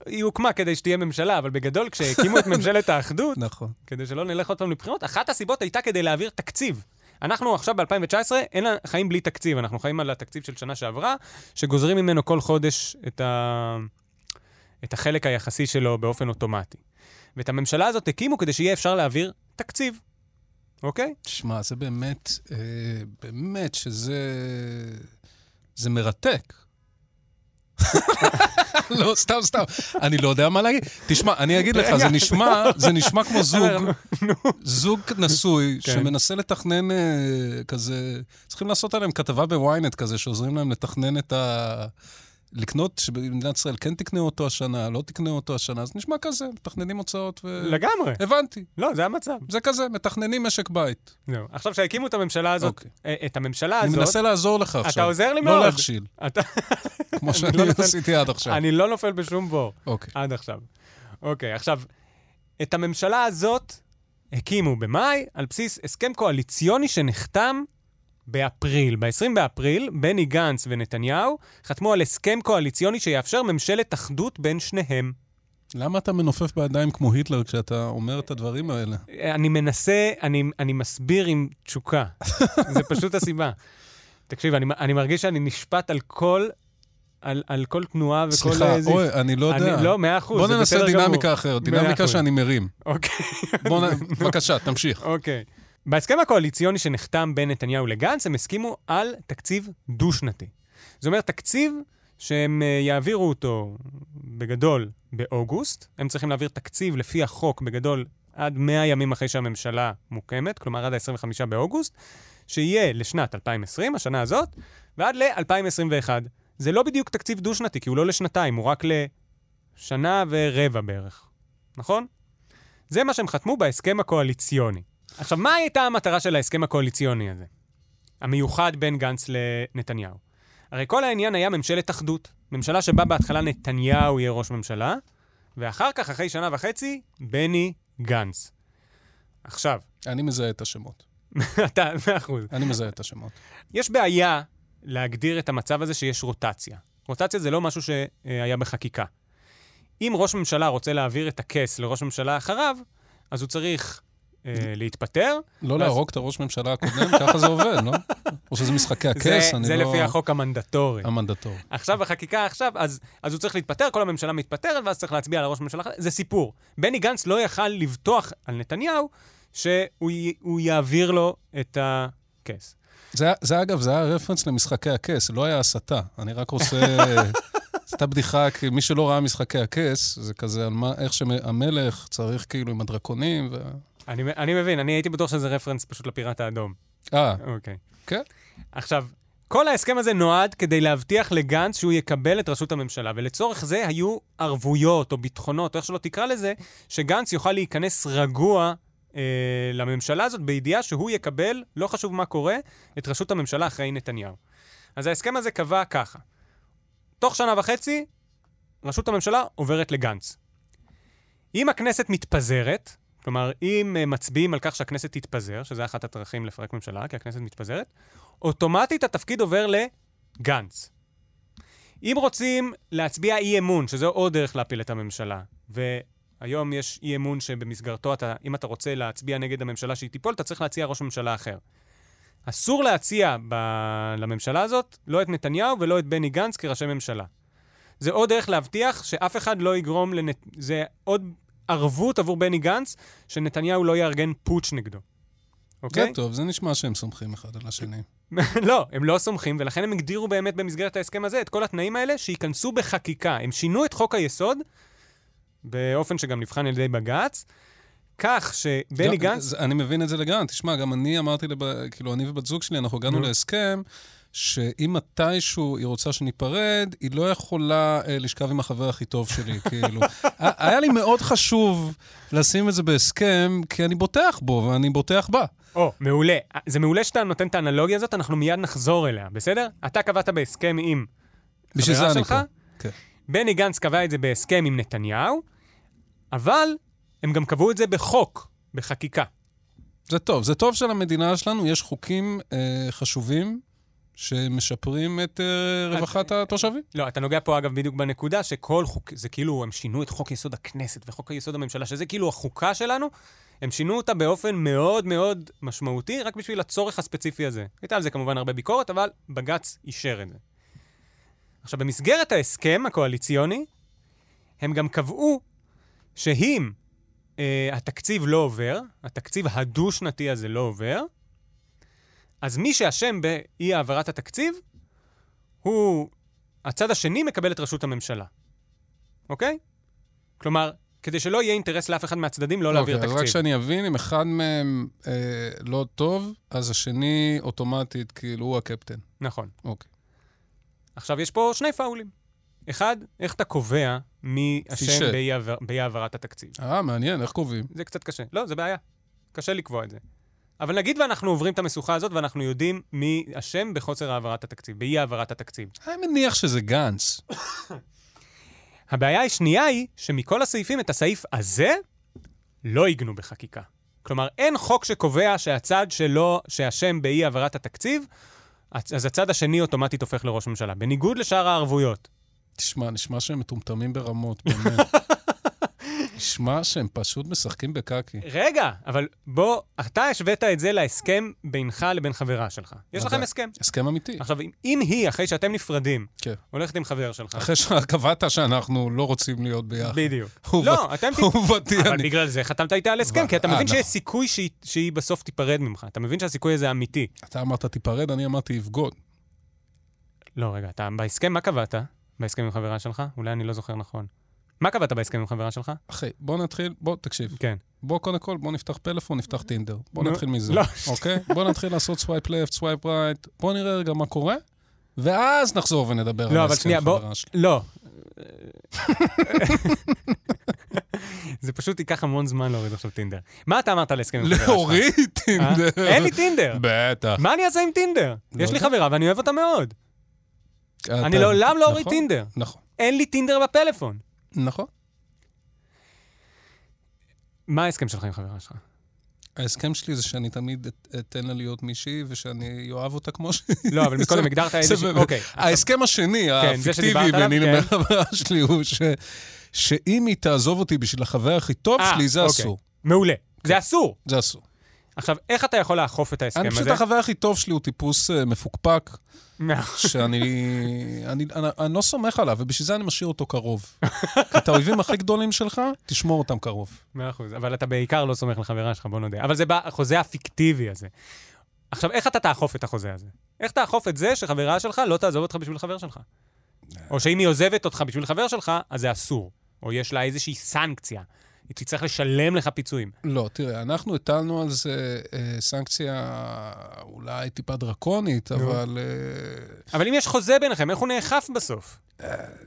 Speaker 2: היא הוקמה כדי שתהיה ממשלה, אבל בגדול, כשהקימו את ממשלת האחדות,
Speaker 3: נכון.
Speaker 2: כדי שלא נלך עוד פעם לבחירות, אחת הסיבות הייתה כדי להעביר תקציב. אנחנו עכשיו ב-2019, אין לה- חיים בלי תקציב, אנחנו חיים על התקציב של שנה שעברה, שגוזרים ממנו כל חודש את, ה... את החלק היחסי שלו באופן אוטומטי. ואת הממשלה הזאת הקימו כדי שיהיה אפשר להעביר תקציב, אוקיי?
Speaker 3: תשמע, זה באמת, אה, באמת שזה... זה מרתק. לא, סתם, סתם. אני לא יודע מה להגיד. תשמע, אני אגיד לך, זה נשמע, זה נשמע כמו זוג, זוג נשוי
Speaker 2: כן.
Speaker 3: שמנסה לתכנן אה, כזה, צריכים לעשות עליהם כתבה בוויינט כזה, שעוזרים להם לתכנן את ה... לקנות, שבמדינת ישראל כן תקנה אותו השנה, לא תקנה אותו השנה, אז נשמע כזה, מתכננים הוצאות ו...
Speaker 2: לגמרי.
Speaker 3: הבנתי,
Speaker 2: לא, זה המצב.
Speaker 3: זה כזה, מתכננים משק בית.
Speaker 2: זהו. עכשיו, כשהקימו את הממשלה הזאת,
Speaker 3: אוקיי.
Speaker 2: אה, את הממשלה
Speaker 3: אני
Speaker 2: הזאת,
Speaker 3: מנסה לעזור לך עכשיו.
Speaker 2: עוזר לי מאוד.
Speaker 3: לא להכשיל,
Speaker 2: אתה-
Speaker 3: כמו שאני
Speaker 2: לא נותן-
Speaker 3: עשיתי עד עכשיו.
Speaker 2: אני לא נופל בשום בור.
Speaker 3: אוקיי.
Speaker 2: עד עכשיו. אוקיי, עכשיו, את הממשלה הזאת הקימו במאי על בסיס הסכם קואליציוני שנחתם באפריל. ב-20 באפריל, בני גנץ ונתניהו חתמו על הסכם קואליציוני שיאפשר ממשלת אחדות בין שניהם.
Speaker 3: למה אתה מנופף בידיים כמו היטלר כשאתה אומר את הדברים האלה?
Speaker 2: אני מנסה, אני, אני מסביר עם תשוקה. זה פשוט הסיבה. תקשיב, אני, אני מרגיש שאני נשפט על כל, על, על כל תנועה וכל
Speaker 3: סליחה,
Speaker 2: אה, זיף.
Speaker 3: אוי, אני לא יודע.
Speaker 2: אני, לא, מאה אחוז,
Speaker 3: בוא
Speaker 2: זה
Speaker 3: ננסה
Speaker 2: בסדר גמור.
Speaker 3: דינמיקה אחרת,
Speaker 2: מאה
Speaker 3: דינמיקה
Speaker 2: אחוז.
Speaker 3: שאני מרים.
Speaker 2: אוקיי.
Speaker 3: בוא נ... בבקשה, תמשיך.
Speaker 2: אוקיי. בהסכם הקואליציוני שנחתם בין נתניהו לגנץ, הם הסכימו על תקציב דו-שנתי. זאת אומרת, תקציב שהם אה, יעבירו אותו בגדול באוגוסט, הם צריכים להעביר תקציב לפי החוק בגדול עד 100 ימים אחרי שהממשלה מוקמת, כלומר עד ה-25 באוגוסט, שיהיה לשנת 2020, השנה הזאת, ועד ל-2021. זה לא בדיוק תקציב דו-שנתי, כי הוא לא לשנתיים, הוא רק לשנה ורבע בערך, נכון? זה מה שהם חתמו בהסכם הקואליציוני. עכשיו, מה הייתה המטרה של ההסכם הקואליציוני הזה? המיוחד בין גנץ לנתניהו. הרי כל העניין היה ממשלת אחדות. ממשלה שבה בהתחלה נתניהו יהיה ראש ממשלה, ואחר כך, אחרי שנה וחצי, בני גנץ. עכשיו,
Speaker 3: אני מזהה את השמות.
Speaker 2: אתה, מאה אחוז.
Speaker 3: אני מזהה את השמות.
Speaker 2: יש בעיה להגדיר את המצב הזה שיש רוטציה. רוטציה זה לא משהו שהיה בחקיקה. אם ראש ממשלה רוצה להעביר את הכס לראש ממשלה אחריו, אז הוא צריך אה, להתפטר,
Speaker 3: לא
Speaker 2: אז-
Speaker 3: להרוג את הראש ממשלה הקודם, ככה זה עובד, לא? או שזה משחקי הכס,
Speaker 2: זה,
Speaker 3: אני לא...
Speaker 2: זה לפי החוק המנדטורי.
Speaker 3: המנדטור.
Speaker 2: עכשיו החקיקה עכשיו, אז, אז הוא צריך להתפטר, כל הממשלה מתפטרת, ואז צריך להצביע על הראש ממשלה החדש. זה סיפור. בני גנץ לא יכל לבטוח על נתניהו שהוא י, הוא יעביר לו את הכס.
Speaker 3: זה, זה אגב, זה היה רפרנס למשחקי הכס, לא היה הסתה. אני רק רוצה עשתה בדיחה, כי מי שלא ראה משחקי הכס, זה כזה על מה, איך שהמלך צריך כאילו עם הדרקונים. וה-
Speaker 2: אני אני מבין, אני הייתי בטוח שזה רפרנס פשוט לפיראט האדום.
Speaker 3: אה,
Speaker 2: אוקיי.
Speaker 3: כן.
Speaker 2: עכשיו, כל ההסכם הזה נועד כדי להבטיח לגנץ שהוא יקבל את ראשות הממשלה, ולצורך זה היו ערבויות או ביטחונות, או איך שלא תקרא לזה, שגנץ יוכל להיכנס רגוע אה, לממשלה הזאת, בידיעה שהוא יקבל, לא חשוב מה קורה, את ראשות הממשלה אחרי נתניהו. אז ההסכם הזה קבע ככה: תוך שנה וחצי, ראשות הממשלה עוברת לגנץ. אם הכנסת מתפזרת, כלומר, אם אה, מצביעים על כך שהכנסת תתפזר, שזה אחת הדרכים לפרק ממשלה, כי הכנסת מתפזרת, אוטומטית התפקיד עובר לגנץ. אם רוצים להצביע אי אמון, שזו עוד דרך להפיל את הממשלה, והיום יש אי אמון שבמסגרתו, אתה, אם אתה רוצה להצביע נגד הממשלה שהיא תיפול, אתה צריך להציע ראש ממשלה אחר. אסור להציע ב... לממשלה הזאת לא את נתניהו ולא את בני גנץ כראשי ממשלה. זה עוד דרך להבטיח שאף אחד לא יגרום לנת... זה עוד ערבות עבור בני גנץ, שנתניהו לא יארגן פוטש נגדו.
Speaker 3: זה
Speaker 2: אוקיי?
Speaker 3: טוב, זה נשמע שהם סומכים אחד על השני.
Speaker 2: לא, הם לא סומכים, ולכן הם הגדירו באמת במסגרת ההסכם הזה את כל התנאים האלה שייכנסו בחקיקה. הם שינו את חוק היסוד, באופן שגם נבחן על ידי בג"ץ, כך שבני
Speaker 3: גם-
Speaker 2: גנץ...
Speaker 3: לא, זה- אני מבין את זה לגמרי. תשמע, גם אני אמרתי, לב... כאילו, אני ובת זוג שלי, אנחנו הגענו
Speaker 2: נו.
Speaker 3: להסכם שאם מתישהו היא רוצה שניפרד, היא לא יכולה אה, לשכב עם החבר הכי טוב שלי, כאילו. ה- היה לי מאוד חשוב לשים את זה בהסכם, כי אני בוטח בו ואני בוטח בה.
Speaker 2: או, מעולה. זה מעולה שאתה נותן את האנלוגיה הזאת, אנחנו מיד נחזור אליה, בסדר? אתה קבעת בהסכם עם
Speaker 3: בשביל
Speaker 2: חברה
Speaker 3: זה אני
Speaker 2: שלך?
Speaker 3: פה. כן.
Speaker 2: בני גנץ קבע את זה בהסכם עם נתניהו, אבל הם גם קבעו את זה בחוק, בחקיקה.
Speaker 3: זה טוב. זה טוב שלמדינה שלנו יש חוקים אה, חשובים שמשפרים את אה, רווחת התושבים.
Speaker 2: לא, אתה נוגע פה אגב בדיוק בנקודה שכל חוק, זה כאילו, הם שינו את חוק יסוד הכנסת וחוק יסוד הממשלה, שזה כאילו החוקה שלנו, הם שינו אותה באופן מאוד מאוד משמעותי, רק בשביל הצורך הספציפי הזה. הייתה על זה כמובן הרבה ביקורת, אבל בג"ץ אישר את זה. עכשיו, במסגרת ההסכם הקואליציוני, הם גם קבעו שאם אה, התקציב לא עובר, התקציב הדו-שנתי הזה לא עובר, אז מי שאשם באי-העברת התקציב הוא הצד השני מקבל את ראשות הממשלה, אוקיי? כלומר, כדי שלא יהיה אינטרס לאף אחד מהצדדים לא להעביר
Speaker 3: אוקיי,
Speaker 2: תקציב.
Speaker 3: אז רק שאני אבין, אם אחד מהם אה, לא טוב, אז השני אוטומטית, כאילו, הוא הקפטן.
Speaker 2: נכון.
Speaker 3: אוקיי.
Speaker 2: עכשיו, יש פה שני פאולים. אחד, איך אתה קובע מי
Speaker 3: פישל.
Speaker 2: אשם באי העבר- באי העברת התקציב?
Speaker 3: אה, מעניין, איך קובעים?
Speaker 2: זה קצת קשה. לא, זה בעיה. קשה לקבוע את זה. אבל נגיד ואנחנו עוברים את המשוכה הזאת ואנחנו יודעים מי אשם בחוסר העברת התקציב, באי העברת התקציב.
Speaker 3: אני מניח שזה גנץ.
Speaker 2: הבעיה השנייה היא שמכל הסעיפים את הסעיף הזה לא עיגנו בחקיקה. כלומר, אין חוק שקובע שהצד שלו, שאשם באי העברת התקציב, הצ- אז הצד השני אוטומטית הופך לראש ממשלה, בניגוד לשאר הערבויות.
Speaker 3: תשמע, נשמע שהם מטומטמים ברמות, באמת. נשמע שהם פשוט משחקים בקקי.
Speaker 2: רגע, אבל בוא, אתה השווית את זה להסכם בינך לבין חברה שלך. יש לכם
Speaker 3: ודאי.
Speaker 2: הסכם.
Speaker 3: הסכם אמיתי.
Speaker 2: עכשיו, אם, אם היא, אחרי שאתם נפרדים,
Speaker 3: כן.
Speaker 2: הולכת עם חבר שלך,
Speaker 3: אחרי שקבעת שאנחנו לא רוצים להיות ביחד.
Speaker 2: בדיוק.
Speaker 3: הוא
Speaker 2: לא,
Speaker 3: בת-
Speaker 2: אתם... ת-
Speaker 3: הוא ותיאני.
Speaker 2: אבל בגלל זה חתמת איתה על הסכם,
Speaker 3: ו-
Speaker 2: כי אתה
Speaker 3: אה,
Speaker 2: מבין
Speaker 3: נכון.
Speaker 2: שיש סיכוי שהיא- שהיא בסוף תיפרד ממך. אתה מבין שהסיכוי הזה אמיתי.
Speaker 3: אתה אמרת תיפרד, אני אמרתי יבגוד.
Speaker 2: לא, רגע, אתה בהסכם, מה קבעת? בהסכם עם חברה שלך? אולי אני לא זוכר נכון. מה קבעת בהסכם עם חברה שלך?
Speaker 3: אחי, בוא נתחיל, בוא, תקשיב.
Speaker 2: כן.
Speaker 3: בוא קודם כל, בוא נפתח פלאפון, נפתח טינדר. בוא
Speaker 2: נו,
Speaker 3: נתחיל מזה,
Speaker 2: אוקיי. לא.
Speaker 3: אוקיי? בוא נתחיל לעשות סווייפ לפט, סווייפ רייט, בוא נראה רגע מה קורה, ואז נחזור ונדבר על
Speaker 2: לא, אבל
Speaker 3: ההסכם
Speaker 2: שנייה, בוא...
Speaker 3: חברה שלי.
Speaker 2: לא. זה פשוט ייקח המון זמן להוריד עכשיו טינדר. מה אתה אמרת על הסכם עם חברה שלך?
Speaker 3: להוריד
Speaker 2: לא, אה?
Speaker 3: טינדר.
Speaker 2: אין לי טינדר.
Speaker 3: בטח.
Speaker 2: מה אני אעשה עם טינדר?
Speaker 3: לא
Speaker 2: יש לי
Speaker 3: יודע.
Speaker 2: חברה ואני אוהב אותה מאוד.
Speaker 3: אתה-
Speaker 2: אני לעולם לא אוריד
Speaker 3: נכון,
Speaker 2: טינדר.
Speaker 3: נכון,
Speaker 2: אין לי טינדר בפלאפון.
Speaker 3: נכון.
Speaker 2: מה ההסכם שלך עם חברה שלך?
Speaker 3: ההסכם שלי זה שאני תמיד את- אתן לה להיות מישהי ושאני אוהב אותה כמו שהיא.
Speaker 2: לא, אבל מקודם
Speaker 3: זה-
Speaker 2: הגדרת
Speaker 3: זה
Speaker 2: איזושהי...
Speaker 3: באמת-
Speaker 2: אוקיי.
Speaker 3: ההסכם השני,
Speaker 2: כן, זה
Speaker 3: הפיקטיבי
Speaker 2: שדיברת עליו,
Speaker 3: ביני
Speaker 2: כן.
Speaker 3: לבין החברה שלי, הוא ש- שאם היא תעזוב אותי בשביל החבר הכי טוב
Speaker 2: אה,
Speaker 3: שלי, זה
Speaker 2: אוקיי.
Speaker 3: אסור.
Speaker 2: מעולה. זה אסור.
Speaker 3: זה אסור.
Speaker 2: עכשיו, איך אתה יכול לאכוף את ההסכם
Speaker 3: כן. אני פשוט,
Speaker 2: הזה?
Speaker 3: החבר הכי טוב שלי הוא טיפוס אה, מפוקפק, שאני אני, אני, אני לא סומך עליו, ובשביל זה אני משאיר אותו קרוב. כי את האויבים הכי גדולים שלך, תשמור אותם קרוב.
Speaker 2: מאה אחוז, אבל אתה בעיקר לא סומך לחברה שלך, בוא נודה. אבל זה בחוזה הפיקטיבי הזה. עכשיו, איך אתה תאכוף את החוזה הזה? איך תאכוף את זה שחברה שלך לא תעזוב אותך בשביל חבר שלך?
Speaker 3: אה,
Speaker 2: או שאם היא עוזבת אותך בשביל חבר שלך, אז זה אסור. או יש לה איזושהי סנקציה. היא תצטרך לשלם לך פיצויים.
Speaker 3: לא, תראה, אנחנו הטלנו על זה אה, סנקציה אולי טיפה דרקונית, אבל אה,
Speaker 2: אבל אם יש חוזה ביניכם, איך הוא נאכף בסוף?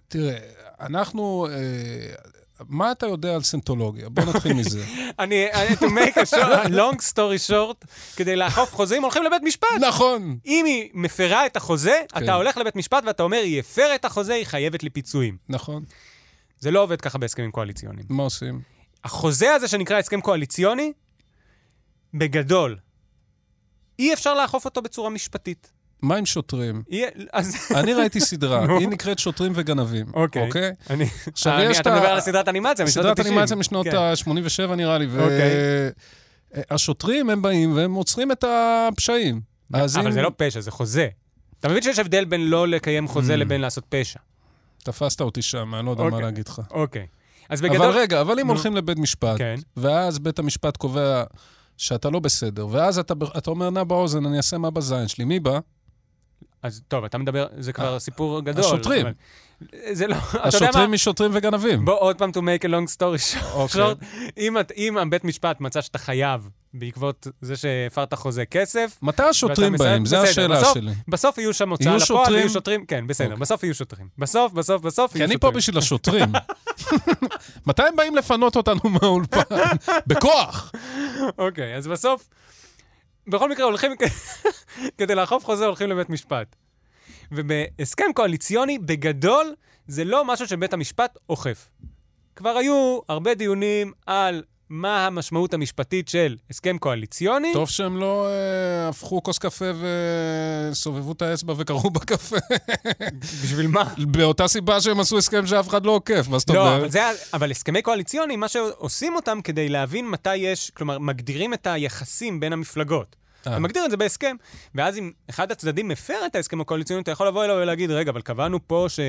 Speaker 3: תראה, אנחנו... אה, מה אתה יודע על סנטולוגיה? בוא נתחיל מזה.
Speaker 2: נכון. אני, אני- to make a short, long story short, כדי לאכוף חוזים, הולכים לבית משפט.
Speaker 3: נכון.
Speaker 2: אם היא מפרה את החוזה,
Speaker 3: כן.
Speaker 2: אתה הולך לבית משפט ואתה אומר, היא הפרה את החוזה, היא חייבת לי פיצויים.
Speaker 3: נכון.
Speaker 2: זה לא עובד ככה בהסכמים קואליציוניים.
Speaker 3: מה עושים?
Speaker 2: החוזה הזה שנקרא הסכם קואליציוני, בגדול, אי אפשר לאכוף אותו בצורה משפטית.
Speaker 3: מה עם שוטרים?
Speaker 2: אי... אז...
Speaker 3: אני ראיתי סדרה,
Speaker 2: נו.
Speaker 3: היא נקראת שוטרים וגנבים,
Speaker 2: אוקיי.
Speaker 3: אוקיי?
Speaker 2: אני...
Speaker 3: עכשיו,
Speaker 2: אני-
Speaker 3: יש
Speaker 2: אתה
Speaker 3: את ה-
Speaker 2: מדבר על סדרת אנימציה, משנות ה-90.
Speaker 3: סדרת אנימציה משנות
Speaker 2: כן.
Speaker 3: ה-87 נראה לי,
Speaker 2: אוקיי.
Speaker 3: והשוטרים הם באים והם עוצרים את הפשעים. אז
Speaker 2: אבל
Speaker 3: אם
Speaker 2: זה לא פשע, זה חוזה. אתה מבין שיש הבדל בין לא לקיים חוזה
Speaker 3: Mm.
Speaker 2: לבין לעשות פשע.
Speaker 3: תפסת אותי שם, אני לא יודע מה
Speaker 2: אוקיי.
Speaker 3: להגיד לך.
Speaker 2: אוקיי. אז
Speaker 3: אבל
Speaker 2: בגדול...
Speaker 3: רגע, אבל אם
Speaker 2: נו.
Speaker 3: הולכים לבית משפט,
Speaker 2: כן.
Speaker 3: ואז בית המשפט קובע שאתה לא בסדר, ואז אתה ב- אתה אומר, נע באוזן, אני אעשה מה בזין שלי, מי בא?
Speaker 2: אז טוב, אתה מדבר, זה כבר סיפור גדול.
Speaker 3: אה, השוטרים.
Speaker 2: אבל- זה לא... אתה יודע
Speaker 3: השוטרים
Speaker 2: מה?
Speaker 3: משוטרים וגנבים.
Speaker 2: בוא עוד פעם to make a long story short.
Speaker 3: אוקיי.
Speaker 2: שורט, אם, את, אם הבית משפט מצא שאתה חייב בעקבות זה שהפרת חוזה כסף,
Speaker 3: מתי השוטרים
Speaker 2: ואתה
Speaker 3: באים?
Speaker 2: מסיים-
Speaker 3: זו
Speaker 2: בסדר,
Speaker 3: השאלה
Speaker 2: בסוף-
Speaker 3: שלי.
Speaker 2: בסוף יהיו שם הוצאה
Speaker 3: יהיו
Speaker 2: לפועל,
Speaker 3: שוטרים?
Speaker 2: יהיו שוטרים, כן, בסדר,
Speaker 3: אוקיי.
Speaker 2: בסוף יהיו שוטרים. בסוף, בסוף, בסוף
Speaker 3: כי
Speaker 2: יהיו
Speaker 3: אני פה
Speaker 2: שוטרים.
Speaker 3: בשביל השוטרים. מתי הם באים לפנות אותנו מהאולפן? בכוח!
Speaker 2: אוקיי, אז בסוף, בכל מקרה הולכים, כ- כדי לאכוף חוזה הולכים לבית משפט. ובהסכם קואליציוני, בגדול, זה לא משהו שבית המשפט אוכף. כבר היו הרבה דיונים על מה המשמעות המשפטית של הסכם קואליציוני.
Speaker 3: טוב שהם לא אה, הפכו כוס קפה וסובבו את האצבע וקראו בקפה.
Speaker 2: בשביל מה?
Speaker 3: באותה סיבה שהם עשו הסכם שאף אחד לא עוקף, מה זאת
Speaker 2: לא, אבל,
Speaker 3: אומרת?
Speaker 2: זה, ה- אבל הסכמי קואליציוניים, מה שעושים אותם כדי להבין מתי יש, כלומר, מגדירים את היחסים בין המפלגות.
Speaker 3: אה.
Speaker 2: אתה מגדיר את זה בהסכם, ואז אם אחד הצדדים מפר את ההסכם הקואליציוני, אתה יכול לבוא אליו ולהגיד, רגע, אבל קבענו פה ש...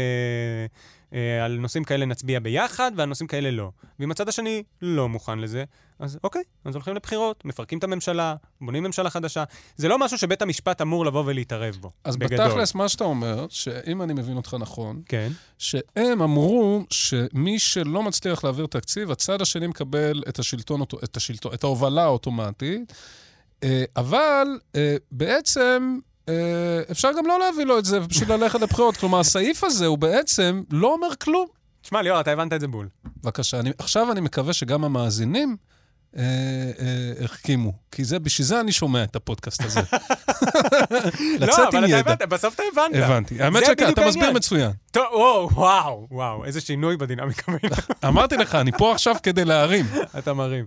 Speaker 2: אה, על נושאים כאלה נצביע ביחד, ועל נושאים כאלה לא. ואם הצד השני לא מוכן לזה, אז אוקיי, אז הולכים לבחירות, מפרקים את הממשלה, בונים ממשלה חדשה. זה לא משהו שבית המשפט אמור לבוא ולהתערב בו.
Speaker 3: אז
Speaker 2: בגדול.
Speaker 3: בתכלס, מה שאתה אומר, שאם אני מבין אותך נכון,
Speaker 2: כן.
Speaker 3: שהם אמרו שמי שלא מצליח להעביר תקציב, הצד השני מקבל את השלטון, אוטו- את, השלטון, את ההובלה האוטומטית, אה, אבל אה, בעצם אה, אפשר גם לא להביא לו את זה ופשוט ללכת לבחירות. כלומר, הסעיף הזה הוא בעצם לא אומר כלום.
Speaker 2: תשמע, ליאור, אתה הבנת את זה בול.
Speaker 3: בבקשה, אני, עכשיו אני מקווה שגם המאזינים אה, אה, החכימו, כי זה, בשביל זה אני שומע את הפודקאסט הזה. לצאת
Speaker 2: לא,
Speaker 3: עם
Speaker 2: אבל
Speaker 3: ידע.
Speaker 2: אתה הבנת, בסוף אתה הבנת.
Speaker 3: הבנתי. האמת שכן,
Speaker 2: בדיוק
Speaker 3: אתה מסביר
Speaker 2: העניין.
Speaker 3: מצוין.
Speaker 2: טוב, וואו, וואו, וואו, איזה שינוי בדינמיקה בין-
Speaker 3: אמרתי לך, אני פה עכשיו כדי להרים.
Speaker 2: אתה מרים.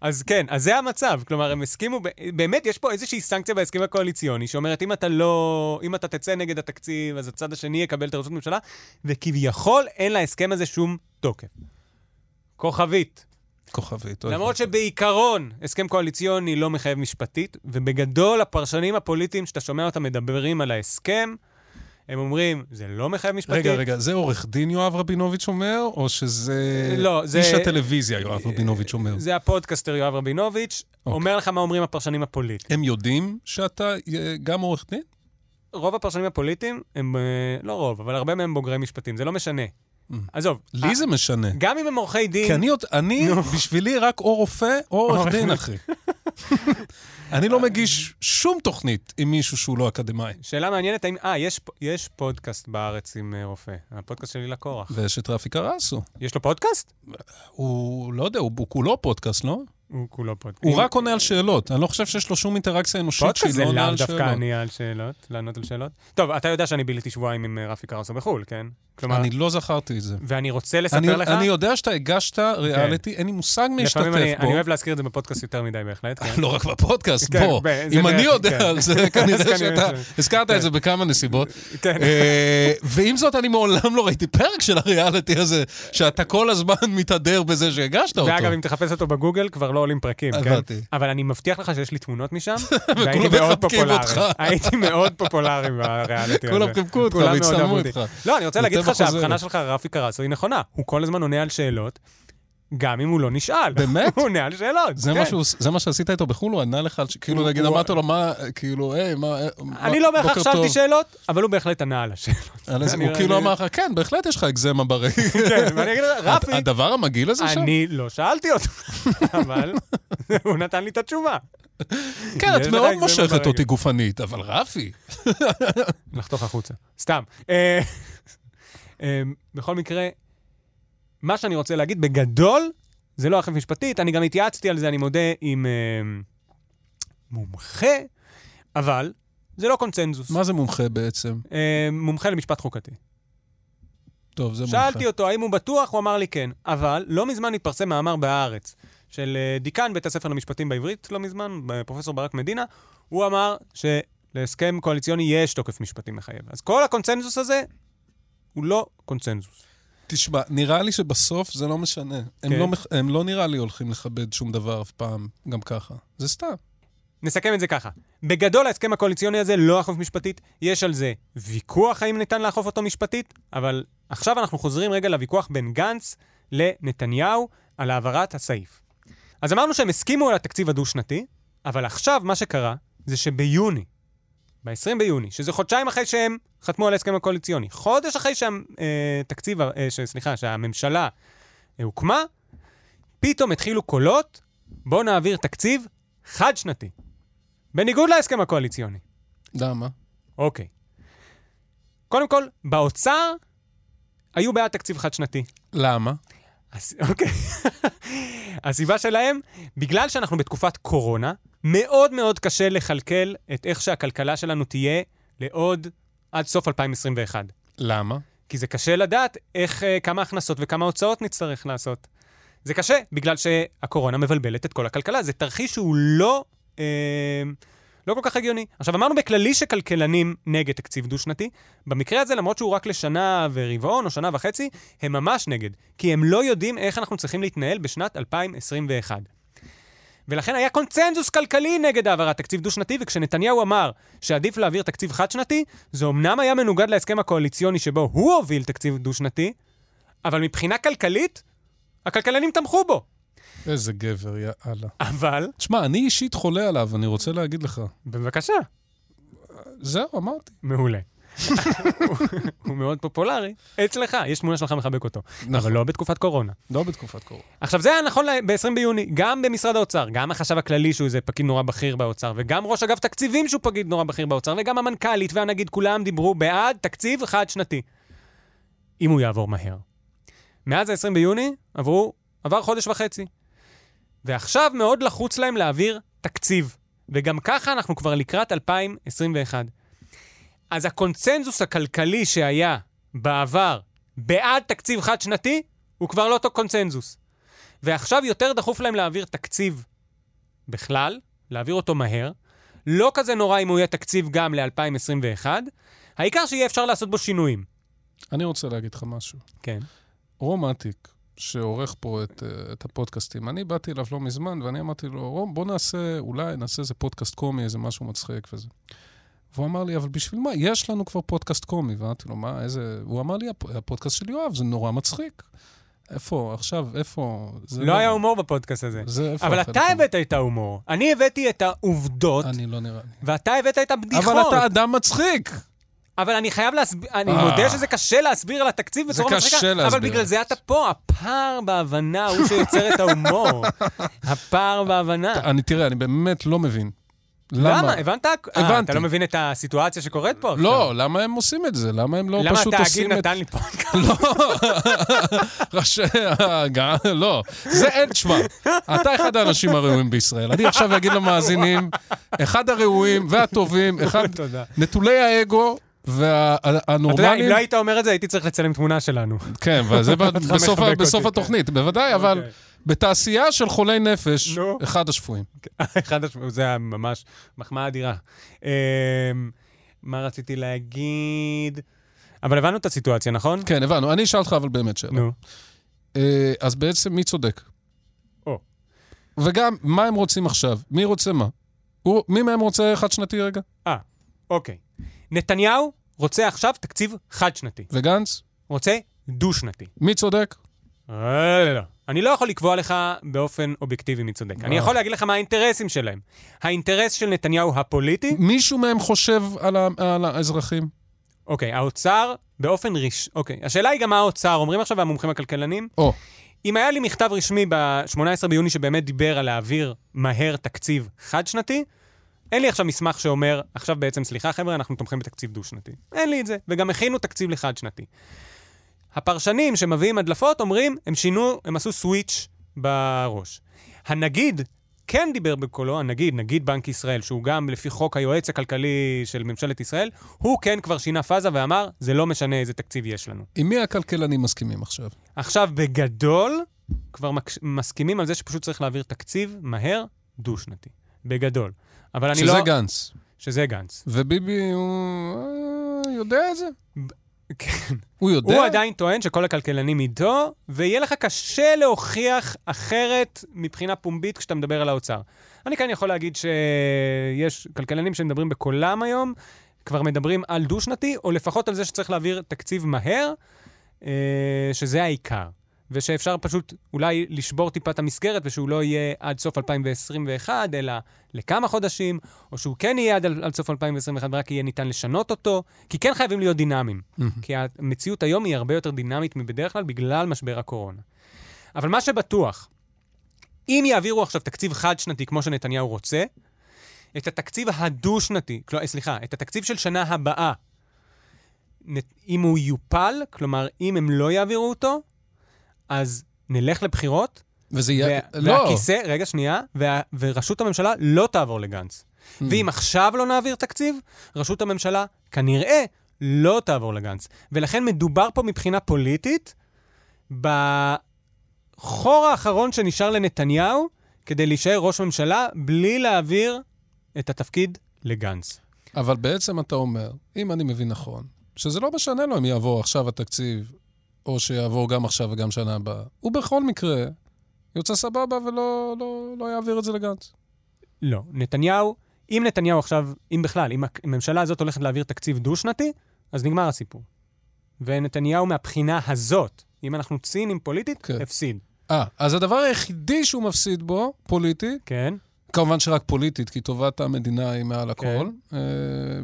Speaker 2: אז כן, אז זה המצב. כלומר, הם הסכימו, ב- באמת, יש פה איזושהי סנקציה בהסכם הקואליציוני, שאומרת, אם אתה לא, אם אתה תצא נגד התקציב, אז הצד השני יקבל את הרשות ממשלה, וכביכול אין להסכם הזה שום תוקף. כוכבית.
Speaker 3: לא כוכבית. אוי.
Speaker 2: למרות שבעיקרון הסכם קואליציוני לא מחייב משפטית, ובגדול הפרשנים הפוליטיים שאתה שומע אותם מדברים על ההסכם, הם אומרים, זה לא מחייב משפטית.
Speaker 3: רגע, רגע, זה עורך דין יואב רבינוביץ' אומר, או שזה
Speaker 2: לא, זה-
Speaker 3: איש הטלוויזיה יואב רבינוביץ' אומר? אוקיי.
Speaker 2: זה הפודקאסטר יואב רבינוביץ', אומר לך מה אומרים הפרשנים הפוליטיים.
Speaker 3: הם יודעים שאתה אה, גם עורך דין?
Speaker 2: רוב הפרשנים הפוליטיים הם, אה, לא רוב, אבל הרבה מהם בוגרי משפטים, זה לא משנה. עזוב, אה,
Speaker 3: Mm. לי זה משנה.
Speaker 2: גם אם הם עורכי דין,
Speaker 3: כי אני, עוד- אני, בשבילי רק או רופא או עורך דין, אחי. אני לא מגיש שום תוכנית עם מישהו שהוא לא אקדמאי.
Speaker 2: שאלה מעניינת, האם, אה, יש, פ- יש פודקאסט בארץ עם אה, רופא, הפודקאסט שלי לקורח.
Speaker 3: ויש את רפי קרסו.
Speaker 2: יש לו פודקאסט?
Speaker 3: הוא, לא יודע, הוא הוא כולו פודקאסט, לא?
Speaker 2: הוא כולו פודקאסט.
Speaker 3: הוא רק עונה על שאלות. אני לא חושב שיש לו שום אינטראקציה אנושית
Speaker 2: פודקאסט
Speaker 3: שהיא
Speaker 2: זה
Speaker 3: לא עונה
Speaker 2: לאו
Speaker 3: על שאלות.
Speaker 2: דווקא אני על שאלות, לענות על שאלות. טוב, אתה יודע שאני ביליתי שבועיים עם אה, רפי קרסו בחו"ל, כן? כלומר,
Speaker 3: אני לא זכרתי את זה.
Speaker 2: ואני רוצה
Speaker 3: אני,
Speaker 2: לספר לך... כן.
Speaker 3: אני יודע שאתה הגשת ריאליטי, אין לי מושג מי השתתף
Speaker 2: לפעמים
Speaker 3: בו.
Speaker 2: אני, אני אוהב להזכיר את זה בפודקאסט יותר מדי בהחלט, כן.
Speaker 3: לא רק בפודקאסט,
Speaker 2: כן,
Speaker 3: בוא.
Speaker 2: ב- זה
Speaker 3: אם אני
Speaker 2: בערך, כן.
Speaker 3: יודע על זה, כנראה
Speaker 2: כנראה
Speaker 3: שאתה...
Speaker 2: ש-
Speaker 3: הזכרת את זה בכמה נסיבות.
Speaker 2: כן.
Speaker 3: אה, ועם זאת, אני מעולם לא ראיתי פרק של הריאליטי הזה, שאתה כל הזמן מתהדר בזה שהגשת אותו.
Speaker 2: ואגב, אם תחפש אותו בגוגל, כבר לא עולים פרקים, כן?
Speaker 3: הבנתי.
Speaker 2: אבל אני מבטיח לך שיש לי תמונות משם, והייתי
Speaker 3: וכולם
Speaker 2: מאוד
Speaker 3: מחבקים
Speaker 2: פופולרי.
Speaker 3: אותך.
Speaker 2: הייתי מאוד פופולרי בריאליטי הזה.
Speaker 3: כולם חיבקו אותך
Speaker 2: כולם מאוד
Speaker 3: והצטלמו
Speaker 2: אהבו אותי.
Speaker 3: איתך.
Speaker 2: לא, אני רוצה להגיד
Speaker 3: מטבע
Speaker 2: לך
Speaker 3: חוזרת.
Speaker 2: שההבחנה שלך, רפי קרסו, היא נכונה. הוא כל הזמן עונה על שאלות. גם אם הוא לא נשאל.
Speaker 3: באמת?
Speaker 2: הוא עונה על שאלות.
Speaker 3: זה,
Speaker 2: כן.
Speaker 3: מה שהוא, זה מה שעשית איתו בחו"ל, הוא ענה לך, על ש- כאילו, נגיד,
Speaker 2: הוא-
Speaker 3: אמרת לו, מה, כאילו, היי, מה, מה-
Speaker 2: אני לא בהכרח
Speaker 3: בוקר
Speaker 2: שאלתי
Speaker 3: טוב."
Speaker 2: שאלות, אבל הוא בהחלט ענה על השאלות.
Speaker 3: על איזה-
Speaker 2: אני-
Speaker 3: הוא כאילו
Speaker 2: אני-
Speaker 3: אמר לך, כן, בהחלט יש לך אגזמה ברגל.
Speaker 2: כן, ואני אגיד לך, רפי,
Speaker 3: הד- הדבר המגעיל הזה שם?
Speaker 2: אני לא שאלתי אותו, אבל הוא נתן לי את התשובה.
Speaker 3: כן,
Speaker 2: יש
Speaker 3: את
Speaker 2: לך
Speaker 3: מאוד
Speaker 2: אגזמה
Speaker 3: מושכת
Speaker 2: ברגל.
Speaker 3: אותי גופנית, אבל רפי.
Speaker 2: לחתוך החוצה. סתם. אה, אה, בכל מקרה, מה שאני רוצה להגיד, בגדול, זה לא אכיפה משפטית, אני גם התייעצתי על זה, אני מודה, עם אה, מומחה, אבל זה לא קונצנזוס.
Speaker 3: מה זה מומחה בעצם?
Speaker 2: אה, מומחה למשפט חוקתי.
Speaker 3: טוב, זה מומחה.
Speaker 2: שאלתי אותו האם הוא בטוח, הוא אמר לי כן. אבל לא מזמן התפרסם מאמר בהארץ של אה, דיקן בית הספר למשפטים בעברית, לא מזמן, אה, פרופסור ברק מדינה, הוא אמר שלהסכם קואליציוני יש תוקף משפטי מחייב. אז כל הקונצנזוס הזה הוא לא קונצנזוס.
Speaker 3: תשמע, נראה לי שבסוף זה לא משנה. הם
Speaker 2: כן.
Speaker 3: לא מח- הם לא נראה לי הולכים לכבד שום דבר אף פעם, גם ככה. זה סתם.
Speaker 2: נסכם את זה ככה. בגדול ההסכם הקואליציוני הזה לא אכוף משפטית, יש על זה ויכוח האם ניתן לאכוף אותו משפטית, אבל עכשיו אנחנו חוזרים רגע לוויכוח בין גנץ לנתניהו על העברת הסעיף. אז אמרנו שהם הסכימו על התקציב הדו-שנתי, אבל עכשיו מה שקרה זה שביוני, ב-20 ביוני, שזה חודשיים אחרי שהם חתמו על ההסכם הקואליציוני, חודש אחרי שהתקציב, אה, ש- סליחה, שהממשלה אה, הוקמה, פתאום התחילו קולות, בואו נעביר תקציב חד-שנתי. בניגוד להסכם הקואליציוני.
Speaker 3: למה?
Speaker 2: אוקיי. קודם כל, באוצר היו בעד תקציב חד-שנתי.
Speaker 3: למה?
Speaker 2: אז, אוקיי. הסיבה שלהם, בגלל שאנחנו בתקופת קורונה, מאוד מאוד קשה לכלכל את איך שהכלכלה שלנו תהיה לעוד עד סוף 2021.
Speaker 3: למה?
Speaker 2: כי זה קשה לדעת איך, אה, כמה הכנסות וכמה הוצאות נצטרך לעשות. זה קשה, בגלל שהקורונה מבלבלת את כל הכלכלה. זה תרחיש שהוא לא, אה, לא כל כך הגיוני. עכשיו, אמרנו בכללי שכלכלנים נגד תקציב דו-שנתי. במקרה הזה, למרות שהוא רק לשנה ורבעון או שנה וחצי, הם ממש נגד. כי הם לא יודעים איך אנחנו צריכים להתנהל בשנת 2021. ולכן היה קונצנזוס כלכלי נגד העברת תקציב דו-שנתי, וכשנתניהו אמר שעדיף להעביר תקציב חד-שנתי, זה אמנם היה מנוגד להסכם הקואליציוני שבו הוא הוביל תקציב דו-שנתי, אבל מבחינה כלכלית, הכלכלנים תמכו בו.
Speaker 3: איזה גבר, יאללה.
Speaker 2: אבל,
Speaker 3: תשמע, אני אישית חולה עליו, אני רוצה להגיד לך.
Speaker 2: בבקשה,
Speaker 3: זהו, אמרתי.
Speaker 2: מעולה. הוא- הוא מאוד פופולרי. אצלך, יש תמונה שלך מחבק אותו. אבל
Speaker 3: נכון.
Speaker 2: לא בתקופת קורונה.
Speaker 3: לא בתקופת קורונה.
Speaker 2: עכשיו, זה היה נכון ב-20 ביוני, גם במשרד האוצר, גם החשב הכללי, שהוא איזה פקיד נורא בכיר באוצר, וגם ראש אגף תקציבים, שהוא פקיד נורא בכיר באוצר, וגם המנכ"לית והנגיד, כולם דיברו בעד תקציב חד-שנתי. אם הוא יעבור מהר. מאז ה-20 ביוני עברו, עבר חודש וחצי. ועכשיו מאוד לחוץ להם להעביר תקציב. וגם ככה אנחנו כבר לקראת 2021. אז הקונצנזוס הכלכלי שהיה בעבר בעד תקציב חד-שנתי, הוא כבר לא אותו קונצנזוס. ועכשיו יותר דחוף להם להעביר תקציב בכלל, להעביר אותו מהר. לא כזה נורא אם הוא יהיה תקציב גם ל-2021. העיקר שיהיה אפשר לעשות בו שינויים.
Speaker 3: אני רוצה להגיד לך משהו.
Speaker 2: כן.
Speaker 3: רום אטיק, שעורך פה את, אה, את הפודקאסטים, אני באתי אליו לא מזמן, ואני אמרתי לו, רום, בוא נעשה, אולי נעשה איזה פודקאסט קומי, איזה משהו מצחיק וזה. והוא אמר לי, אבל בשביל מה? יש לנו כבר פודקאסט קומי. ואמרתי לו, מה, איזה... הוא אמר לי, "הפ- הפודקאסט של יואב, זה נורא מצחיק. איפה, עכשיו, איפה... זה נכון.
Speaker 2: לא היה הומור בפודקאסט הזה.
Speaker 3: זה איפה
Speaker 2: אבל
Speaker 3: החלק
Speaker 2: אתה
Speaker 3: הזה?
Speaker 2: הבאת את ההומור. אני הבאתי את העובדות,
Speaker 3: אני לא נראה לי.
Speaker 2: ואתה הבאת את
Speaker 3: אבל
Speaker 2: הבדיחות.
Speaker 3: אתה אדם מצחיק!
Speaker 2: אבל אני חייב להסביר, אני
Speaker 3: אה.
Speaker 2: מודה שזה קשה להסביר על התקציב
Speaker 3: זה
Speaker 2: בצורה מצחיקה,
Speaker 3: קשה
Speaker 2: אבל
Speaker 3: להסביר.
Speaker 2: בגלל זה אתה פה, הפער בהבנה הוא שיוצר את ההומור. הפער בהבנה.
Speaker 3: אני, תראה, אני באמת לא מבין.
Speaker 2: למה? הבנת? אה,
Speaker 3: הבנתי.
Speaker 2: אתה לא מבין את הסיטואציה שקורית פה? עכשיו.
Speaker 3: לא, למה הם עושים את זה? למה הם לא
Speaker 2: למה
Speaker 3: פשוט
Speaker 2: התאגיד
Speaker 3: עושים את...
Speaker 2: נתן לי פה?
Speaker 3: לא, ראשי ההגה, לא. זה אין, תשמע, אתה אחד האנשים הראויים בישראל. אני עכשיו אגיד למאזינים, אחד הראויים והטובים, אחד
Speaker 2: תודה.
Speaker 3: נטולי האגו
Speaker 2: אתה יודע, אם
Speaker 3: והנורמלים.
Speaker 2: לא היית אומר את זה, הייתי צריך לצלם תמונה שלנו.
Speaker 3: כן, וזה ב-
Speaker 2: אתה
Speaker 3: בסוף ה-
Speaker 2: מחבק
Speaker 3: בסוף
Speaker 2: אותי, כן.
Speaker 3: התוכנית, בוודאי, אבל
Speaker 2: אוקיי.
Speaker 3: בתעשייה של חולי נפש,
Speaker 2: נו.
Speaker 3: אחד השפויים.
Speaker 2: אחד הש... זה היה ממש מחמאה אדירה. אמ, מה רציתי להגיד? אבל הבנו את הסיטואציה, נכון?
Speaker 3: כן, הבנו. אני אשאל אותך אבל באמת שאלה.
Speaker 2: נו.
Speaker 3: אה, אז בעצם מי צודק?
Speaker 2: או.
Speaker 3: וגם, מה הם רוצים עכשיו? מי רוצה מה? הוא- מי מהם רוצה חד שנתי רגע?
Speaker 2: אה, אוקיי. נתניהו רוצה עכשיו תקציב חד-שנתי.
Speaker 3: וגנץ?
Speaker 2: רוצה דו-שנתי.
Speaker 3: מי צודק?
Speaker 2: אה, לא, לא, לא. אני לא יכול לקבוע לך באופן אובייקטיבי מי צודק. אני יכול להגיד לך מה האינטרסים שלהם. האינטרס של נתניהו הפוליטי,
Speaker 3: מישהו מהם חושב על, ה- על האזרחים?
Speaker 2: אוקיי, האוצר באופן ריש... אוקיי, השאלה היא גם מה האוצר, אומרים עכשיו המומחים הכלכלנים,
Speaker 3: או,
Speaker 2: אם היה לי מכתב רשמי ב-18 ביוני שבאמת דיבר על להעביר מהר תקציב חד-שנתי, אין לי עכשיו מסמך שאומר, עכשיו בעצם, סליחה חבר'ה, אנחנו תומכים בתקציב דו-שנתי. אין לי את זה, וגם הכינו תקציב לחד-שנתי. הפרשנים שמביאים הדלפות אומרים, הם שינו, הם עשו סוויץ' בראש. הנגיד כן דיבר בקולו, הנגיד, נגיד בנק ישראל, שהוא גם לפי חוק היועץ הכלכלי של ממשלת ישראל, הוא כן כבר שינה פאזה ואמר, זה לא משנה איזה תקציב יש לנו.
Speaker 3: עם מי הכלכלנים מסכימים עכשיו?
Speaker 2: עכשיו, בגדול, כבר מקש- מסכימים על זה שפשוט צריך להעביר תקציב מהר, דו-שנתי. בגדול. אבל אני
Speaker 3: שזה
Speaker 2: לא...
Speaker 3: גנץ.
Speaker 2: שזה גנץ.
Speaker 3: וביבי, הוא אה, יודע את זה?
Speaker 2: כן.
Speaker 3: הוא יודע?
Speaker 2: הוא עדיין טוען שכל הכלכלנים איתו, ויהיה לך קשה להוכיח אחרת מבחינה פומבית כשאתה מדבר על האוצר. אני כאן יכול להגיד שיש כלכלנים שמדברים בקולם היום, כבר מדברים על דו-שנתי, או לפחות על זה שצריך להעביר תקציב מהר, אה, שזה העיקר. ושאפשר פשוט אולי לשבור טיפה את המסגרת, ושהוא לא יהיה עד סוף 2021, אלא לכמה חודשים, או שהוא כן יהיה עד, עד סוף 2021, ורק יהיה ניתן לשנות אותו, כי כן חייבים להיות דינאמיים. כי המציאות היום היא הרבה יותר דינמית מבדרך כלל בגלל משבר הקורונה. אבל מה שבטוח, אם יעבירו עכשיו תקציב חד-שנתי כמו שנתניהו רוצה, את התקציב הדו-שנתי, כל- אה, סליחה, את התקציב של שנה הבאה, נת- אם הוא יופל, כלומר, אם הם לא יעבירו אותו, אז נלך לבחירות,
Speaker 3: וזה יהיה...
Speaker 2: וה-
Speaker 3: לא.
Speaker 2: והכיסא, רגע, שנייה, וה- וראשות הממשלה לא תעבור לגנץ.
Speaker 3: Mm.
Speaker 2: ואם עכשיו לא נעביר תקציב, ראשות הממשלה כנראה לא תעבור לגנץ. ולכן מדובר פה מבחינה פוליטית בחור האחרון שנשאר לנתניהו כדי להישאר ראש ממשלה בלי להעביר את התפקיד לגנץ.
Speaker 3: אבל בעצם אתה אומר, אם אני מבין נכון, שזה לא משנה לו אם יעבור עכשיו התקציב, או שיעבור גם עכשיו וגם שנה הבאה. הוא בכל מקרה יוצא סבבה ולא לא, לא יעביר את זה לגנץ.
Speaker 2: לא. נתניהו, אם נתניהו עכשיו, אם בכלל, אם הממשלה הזאת הולכת להעביר תקציב דו-שנתי, אז נגמר הסיפור. ונתניהו מהבחינה הזאת, אם אנחנו ציניים פוליטית,
Speaker 3: כן.
Speaker 2: כן. הפסיד.
Speaker 3: אה, אז הדבר היחידי שהוא מפסיד בו, פוליטי,
Speaker 2: כן?
Speaker 3: כמובן שרק פוליטית, כי טובת המדינה היא מעל הכל אה,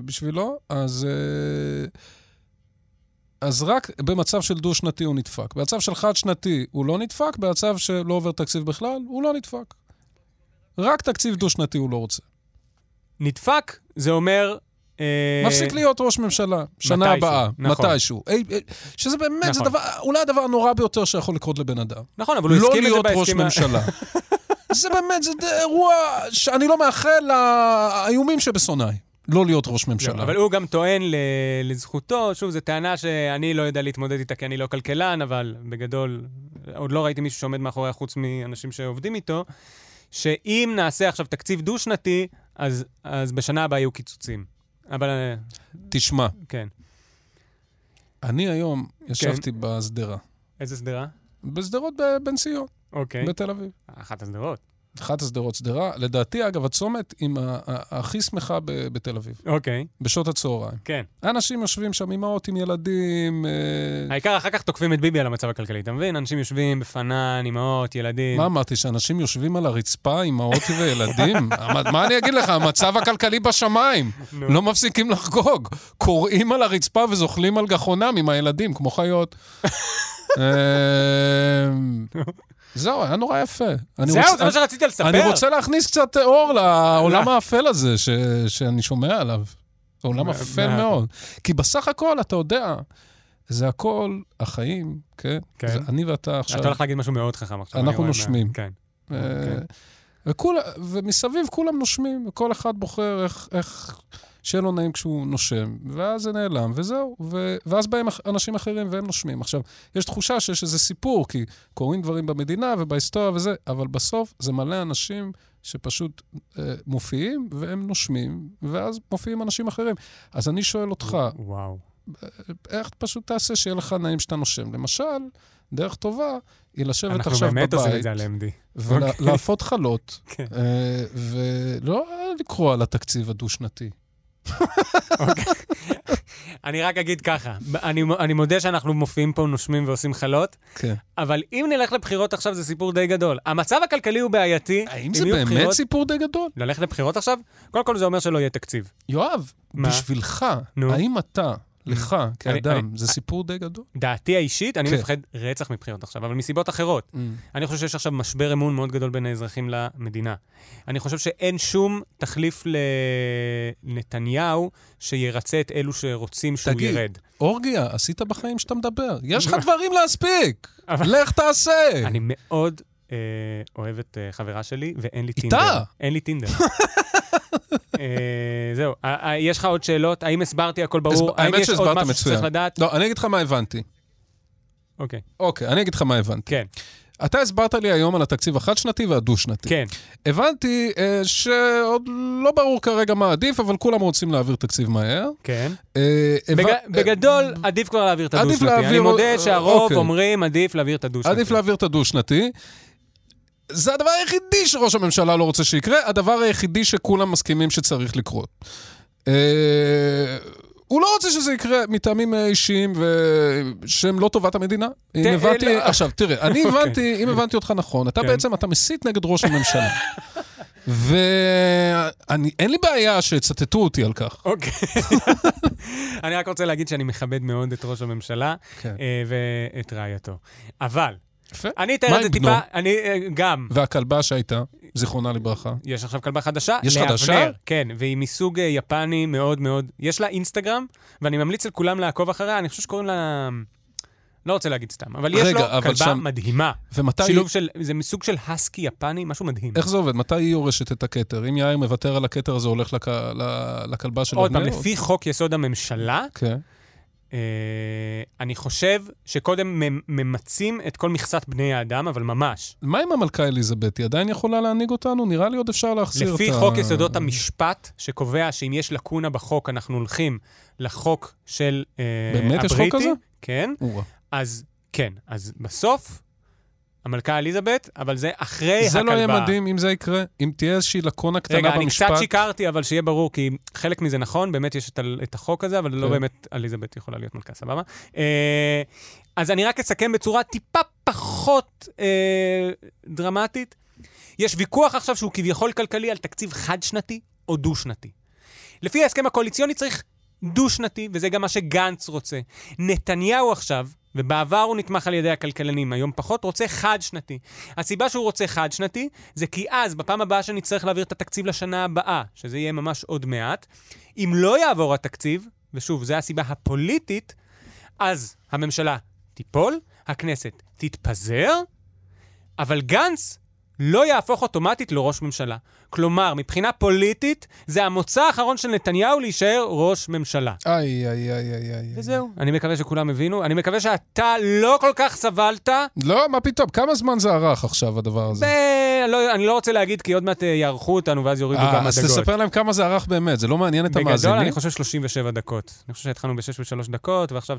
Speaker 3: בשבילו, אז... אה, אז רק במצב של דו-שנתי הוא נדפק. במצב של חד-שנתי הוא לא נדפק, במצב שלא עובר תקציב בכלל, הוא לא נדפק. רק תקציב דו-שנתי הוא לא רוצה.
Speaker 2: נדפק, זה אומר... אה,
Speaker 3: מפסיק להיות ראש ממשלה, שנה
Speaker 2: מתישהו,
Speaker 3: הבאה,
Speaker 2: נכון.
Speaker 3: מתישהו. אי- אי- שזה באמת, זה
Speaker 2: נכון.
Speaker 3: דבר, אולי הדבר הנורא ביותר שיכול לקרות לבן אדם.
Speaker 2: נכון, אבל הוא
Speaker 3: לא
Speaker 2: הסכים לזה
Speaker 3: להיות ראש
Speaker 2: בהסכם... ה-
Speaker 3: ממשלה. זה באמת, זה ד- אירוע שאני לא מאחל לאיומים שבשונאי. לא להיות ראש
Speaker 2: לא,
Speaker 3: ממשלה.
Speaker 2: אבל הוא גם טוען ל... לזכותו, שוב, זו טענה שאני לא יודע להתמודד איתה כי אני לא כלכלן, אבל בגדול, עוד לא ראיתי מישהו שעומד מאחוריה חוץ מאנשים שעובדים איתו, שאם נעשה עכשיו תקציב דו-שנתי, אז, אז בשנה הבאה יהיו קיצוצים. אבל אה,
Speaker 3: תשמע,
Speaker 2: כן.
Speaker 3: אני היום ישבתי בשדרה.
Speaker 2: איזה שדרה?
Speaker 3: בשדרות בבן ציון,
Speaker 2: אוקיי.
Speaker 3: בתל אביב.
Speaker 2: אחת השדרות.
Speaker 3: אחת השדרות שדרה. לדעתי, אגב, הצומת עם ה- ה- הכי שמחה ב- בתל אביב,
Speaker 2: אוקיי,
Speaker 3: בשעות הצהריים.
Speaker 2: כן.
Speaker 3: אנשים יושבים שם, אימהות עם ילדים, אה,
Speaker 2: העיקר אחר כך תוקפים את ביבי על המצב הכלכלי, אתה מבין? אנשים יושבים בפנן, אימהות, ילדים.
Speaker 3: מה אמרתי, שאנשים יושבים על הרצפה, אימהות וילדים? מה- מה אני אגיד לך, המצב הכלכלי בשמיים.
Speaker 2: נו.
Speaker 3: לא מפסיקים לחגוג. קוראים על הרצפה וזוחלים על גחונם עם הילדים, כמו חיות. אמ, זהו, היה נורא יפה. אני
Speaker 2: זהו,
Speaker 3: רוצה-
Speaker 2: זה מה שרציתי לספר.
Speaker 3: אני רוצה להכניס קצת אור לעולם האפל הזה ש- שאני שומע עליו. זה עולם
Speaker 2: מה-
Speaker 3: אפל
Speaker 2: מה-
Speaker 3: מאוד. כי בסך הכל, אתה יודע, זה הכל החיים, כן?
Speaker 2: כן.
Speaker 3: זה אני ואתה עכשיו...
Speaker 2: אתה הולך להגיד משהו מאוד חכם עכשיו. אני
Speaker 3: אנחנו
Speaker 2: רואה מה-
Speaker 3: נושמים.
Speaker 2: כן.
Speaker 3: אה,
Speaker 2: כן.
Speaker 3: וכולה, ומסביב כולם נושמים, וכל אחד בוחר איך, איך שיהיה לו נעים כשהוא נושם, ואז זה נעלם, וזהו. ו, ואז באים אח- אנשים אחרים והם נושמים. עכשיו, יש תחושה שיש איזה סיפור, כי קורים דברים במדינה ובהיסטוריה וזה, אבל בסוף זה מלא אנשים שפשוט אה, מופיעים, והם נושמים, ואז מופיעים אנשים אחרים. אז אני שואל אותך,
Speaker 2: וואו.
Speaker 3: איך פשוט תעשה שיהיה לך נעים כשאתה נושם? למשל, דרך טובה היא לשבת
Speaker 2: אנחנו
Speaker 3: עכשיו בבית.
Speaker 2: באמת עושים את זה על MD.
Speaker 3: ולהפות חלות,
Speaker 2: אוקיי. כן.
Speaker 3: אה, ולא לקרוא על התקציב הדו-שנתי.
Speaker 2: אני רק אגיד ככה, אני, אני מודה שאנחנו מופיעים פה, נושמים ועושים חלות,
Speaker 3: כן.
Speaker 2: אבל אם נלך לבחירות עכשיו, זה סיפור די גדול. המצב הכלכלי הוא בעייתי.
Speaker 3: האם
Speaker 2: אם
Speaker 3: זה
Speaker 2: יהיו
Speaker 3: באמת
Speaker 2: בחירות-
Speaker 3: סיפור די גדול?
Speaker 2: ללכת לבחירות עכשיו? קודם כל זה אומר שלא יהיה תקציב.
Speaker 3: יואב,
Speaker 2: מה?
Speaker 3: בשבילך,
Speaker 2: נו. Mm.
Speaker 3: האם אתה, לך, כאדם,
Speaker 2: אני-
Speaker 3: זה סיפור די גדול?
Speaker 2: דעתי האישית, אני
Speaker 3: כן.
Speaker 2: מפחד רצח מבחירות עכשיו, אבל מסיבות אחרות. אני חושב שיש עכשיו משבר אמון מאוד גדול בין האזרחים למדינה. אני חושב שאין שום תחליף לנתניהו שירצה את אלו שרוצים שהוא
Speaker 3: תגיד.
Speaker 2: ירד.
Speaker 3: אורגיה, עשית בחיים שאתה מדבר. יש לך דברים להספיק, לך תעשה.
Speaker 2: אני מאוד אה, אוהב את אה, חברה שלי, ואין לי
Speaker 3: איתה?
Speaker 2: טינדר. אין לי טינדר. אה, זהו, אה, אה, יש לך עוד שאלות? האם הסברתי הכל ברור?
Speaker 3: הסב-
Speaker 2: האם
Speaker 3: האמת
Speaker 2: יש עוד
Speaker 3: שהסברת
Speaker 2: משהו שצריך
Speaker 3: מצוין.
Speaker 2: לדעת?
Speaker 3: לא, אני אגיד לך מה הבנתי.
Speaker 2: אוקיי,
Speaker 3: אוקיי, אני אגיד לך מה הבנתי.
Speaker 2: כן,
Speaker 3: אתה הסברת לי היום על התקציב החד-שנתי והדו-שנתי.
Speaker 2: כן.
Speaker 3: הבנתי אה, שעוד לא ברור כרגע מה עדיף, אבל כולם רוצים להעביר תקציב מהר.
Speaker 2: כן.
Speaker 3: אה, הבנ-
Speaker 2: בג-
Speaker 3: אה,
Speaker 2: בגדול, עדיף כבר להעביר את
Speaker 3: עדיף
Speaker 2: הדו-שנתי. אני
Speaker 3: להעביר-
Speaker 2: מודה שהרוב
Speaker 3: אוקיי.
Speaker 2: אומרים, עדיף להעביר את הדו-שנתי.
Speaker 3: עדיף להעביר את הדו-שנתי. זה הדבר היחידי שראש הממשלה לא רוצה שיקרה, הדבר היחידי שכולם מסכימים שצריך לקרות. אה, הוא לא רוצה שזה יקרה מטעמים אה, אישיים ו... שהם לא טובת המדינה. אם
Speaker 2: אה,
Speaker 3: הבנתי,
Speaker 2: לא.
Speaker 3: עכשיו תראה, אני
Speaker 2: אוקיי.
Speaker 3: הבנתי, אם הבנתי אותך נכון, אתה
Speaker 2: כן.
Speaker 3: בעצם, אתה מסית נגד ראש הממשלה. ואין לי בעיה שיצטטו אותי על כך.
Speaker 2: אוקיי. אני רק רוצה להגיד שאני מכבד מאוד את ראש הממשלה
Speaker 3: כן.
Speaker 2: אה, ואת רעייתו. אבל,
Speaker 3: יפה.
Speaker 2: אני
Speaker 3: מה
Speaker 2: אתאר את זה
Speaker 3: עם
Speaker 2: טיפה,
Speaker 3: בנו?
Speaker 2: אני אה, גם.
Speaker 3: והכלבה שהייתה, זיכרונה לברכה.
Speaker 2: יש עכשיו כלבה חדשה.
Speaker 3: יש
Speaker 2: לאבנר,
Speaker 3: חדשה?
Speaker 2: כן, והיא מסוג אה, יפני מאוד מאוד. יש לה אינסטגרם, ואני ממליץ לכולם לעקוב אחריה, אני חושב שקוראים לה... לא רוצה להגיד סתם, אבל יש
Speaker 3: רגע,
Speaker 2: לו
Speaker 3: אבל
Speaker 2: כלבה
Speaker 3: שם-
Speaker 2: מדהימה.
Speaker 3: ומתי...
Speaker 2: שילוב של, זה מסוג של הסקי יפני, משהו מדהים.
Speaker 3: איך זה עובד? מתי היא יורשת את הכתר? אם יאיר מוותר על הכתר הזה, הולך לכ... ל- לכלבה של
Speaker 2: עוד פעם,
Speaker 3: אבנר?
Speaker 2: לפי חוק יסוד הממשלה,
Speaker 3: כן.
Speaker 2: אה, אני חושב שקודם מ- ממצים את כל מכסת בני האדם, אבל ממש.
Speaker 3: מה עם המלכה אליזבת? היא עדיין יכולה להנהיג אותנו? נראה לי עוד אפשר להחזיר
Speaker 2: לפי
Speaker 3: את ה...
Speaker 2: חוק יסודות המשפט, שקובע שאם יש לקונה בחוק, אנחנו הולכים לחוק של אה, הבריטי.
Speaker 3: באמת יש חוק כזה?
Speaker 2: כן.
Speaker 3: אורה.
Speaker 2: אז כן, אז בסוף, המלכה אליזבת, אבל זה אחרי
Speaker 3: זה
Speaker 2: אוקיי, הכלבה.
Speaker 3: לא יהיה מדהים אם זה יקרה? אם תהיה איזושהי לקונה קטנה
Speaker 2: רגע, אני
Speaker 3: במשפט?
Speaker 2: קצת שיקרתי, אבל שיהיה ברור, כי חלק מזה נכון, באמת יש את, ה- את החוק הזה, אבל לא
Speaker 3: כן.
Speaker 2: באמת אליזבת יכולה להיות מלכה, סבבה? אה, אז אני רק אסכם בצורה טיפה פחות אה, דרמטית. יש ויכוח עכשיו שהוא כביכול כלכלי על תקציב חד-שנתי או דו-שנתי. לפי ההסכם הקואליציוני צריך דו-שנתי, וזה גם מה שגנץ רוצה. נתניהו עכשיו, ובעבר הוא נתמך על ידי הכלכלנים, היום פחות, רוצה חד-שנתי. הסיבה שהוא רוצה חד-שנתי, זה כי אז, בפעם הבאה שנצטרך להעביר את התקציב לשנה הבאה, שזה יהיה ממש עוד מעט, אם לא יעבור התקציב, ושוב, זו הסיבה הפוליטית, אז הממשלה תיפול, הכנסת תתפזר, אבל גנץ לא יהפוך אוטומטית לראש ממשלה. כלומר, מבחינה פוליטית, זה המוצא האחרון של נתניהו להישאר ראש ממשלה.
Speaker 3: איי, איי, איי, איי, איי.
Speaker 2: וזהו. אני מקווה שכולם הבינו. אני מקווה שאתה לא כל כך סבלת.
Speaker 3: לא, מה פתאום? כמה זמן זה ארך עכשיו, הדבר הזה?
Speaker 2: ו- לא, אני לא רוצה להגיד, כי עוד מעט אה, יערכו אותנו ואז יורידו
Speaker 3: אה,
Speaker 2: כמה
Speaker 3: אז
Speaker 2: דקות.
Speaker 3: תספר להם כמה זה ארך באמת, זה לא מעניין את
Speaker 2: בגדול, אני
Speaker 3: המאזינים?
Speaker 2: חושב 37 דקות. אני חושב שהתחלנו ב-6 ו-3 דקות, ועכשיו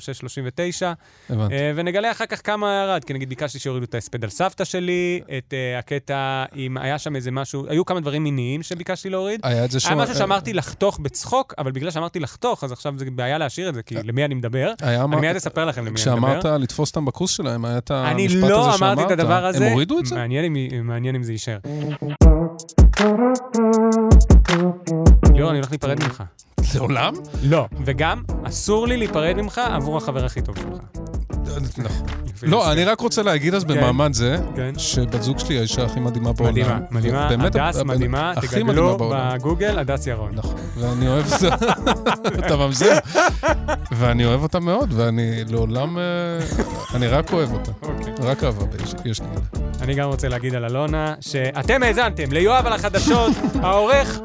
Speaker 2: 6.39,
Speaker 3: הבנתי.
Speaker 2: אה, ונגלה אחר כך כמה ירד. כי נגיד ביקשתי שיורידו את ההספד על סבתא שלי, את אה, הקטע עם... היה שם איזה משהו... היו כמה דברים מיניים שביקשתי להוריד.
Speaker 3: היה את זה שהוא-
Speaker 2: היה משהו שאמרתי לחתוך בצחוק, אבל בגלל שאמרתי לחתוך, אז עכשיו זה בעיה להשאיר את זה, כי למי אני מדבר?
Speaker 3: היה
Speaker 2: אני
Speaker 3: מה-
Speaker 2: מיד אספר לכם למי אני מדבר.
Speaker 3: אה, כשאמרת לתפוס אותם בכוס שלהם, היה את המשפט
Speaker 2: אני
Speaker 3: הזה שאמרת.
Speaker 2: לא אמרתי את הדבר הזה.
Speaker 3: הם הורידו את זה?
Speaker 2: מעניין אם, מעניין אם זה יישאר. ליאור, אני הולך להיפרד ממך.
Speaker 3: לעולם?
Speaker 2: לא. וגם, אסור לי להיפרד ממך עבור החבר הכי טוב שלך.
Speaker 3: נכון. לא, אני רק רוצה להגיד אז במעמד זה,
Speaker 2: כן.
Speaker 3: שבת זוג שלי היא האישה הכי מדהימה בעולם.
Speaker 2: מדהימה, מדהימה,
Speaker 3: ובאמת
Speaker 2: הדס
Speaker 3: הבן-
Speaker 2: מדהימה,
Speaker 3: הכי מדהימה
Speaker 2: תגדלו
Speaker 3: בעולם.
Speaker 2: בגוגל, הדס ירון.
Speaker 3: נכון, ואני אוהב את זה, אתה ממזר. ואני אוהב אותה מאוד, ואני לעולם, אה, אני רק אוהב אותה.
Speaker 2: אוקיי.
Speaker 3: רק אהבה יש- יש לי.
Speaker 2: אני גם רוצה להגיד על אלונה, שאתם האזנתם ליואב על החדשות, העורך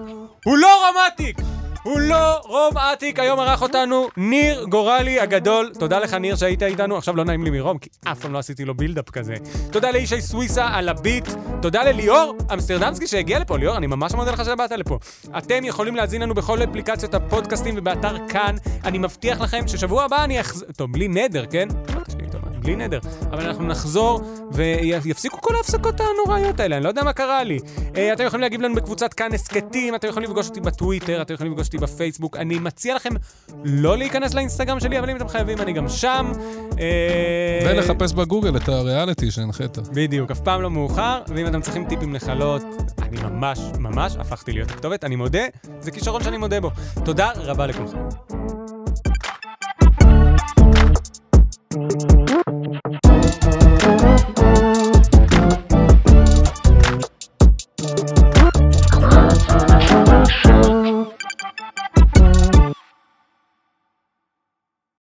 Speaker 2: הוא לא רמטיק! הוא לא רום אטיק, היום ערך אותנו ניר גורלי הגדול. תודה לך, ניר, שהיית איתנו. עכשיו לא נעים לי מרום, כי אף פעם לא עשיתי לו בילדאפ כזה. תודה לישי סוויסה על הביט. תודה לליאור אמסטרדמסקי שהגיע לפה. ליאור, אני ממש מודה לך שבאת לפה. אתם יכולים להזין לנו בכל אפליקציות הפודקאסטים ובאתר כאן. אני מבטיח לכם ששבוע הבא אני אחז... טוב, בלי נדר, כן? אמרתי שלי, טוב, בלי בלי נדר. אבל אנחנו נחזור ויפסיקו כל ההפסקות הנוראיות האלה, אני לא יודע מה קרה לי. אה, אתם יכולים להגיב לנו בקבוצת כאן הסכתים, אתם יכולים לפגוש אותי בטוויטר, אתם יכולים לפגוש אותי בפייסבוק. אני מציע לכם לא להיכנס לאינסטגרם שלי, אבל אם אתם חייבים, אני גם שם. אה,
Speaker 3: ולחפש בגוגל את הריאליטי שהנחית.
Speaker 2: בדיוק, אף פעם לא מאוחר, ואם אתם צריכים טיפים לחלות, אני ממש ממש הפכתי להיות הכתובת, אני מודה, זה כישרון שאני מודה בו. תודה רבה לכולכם.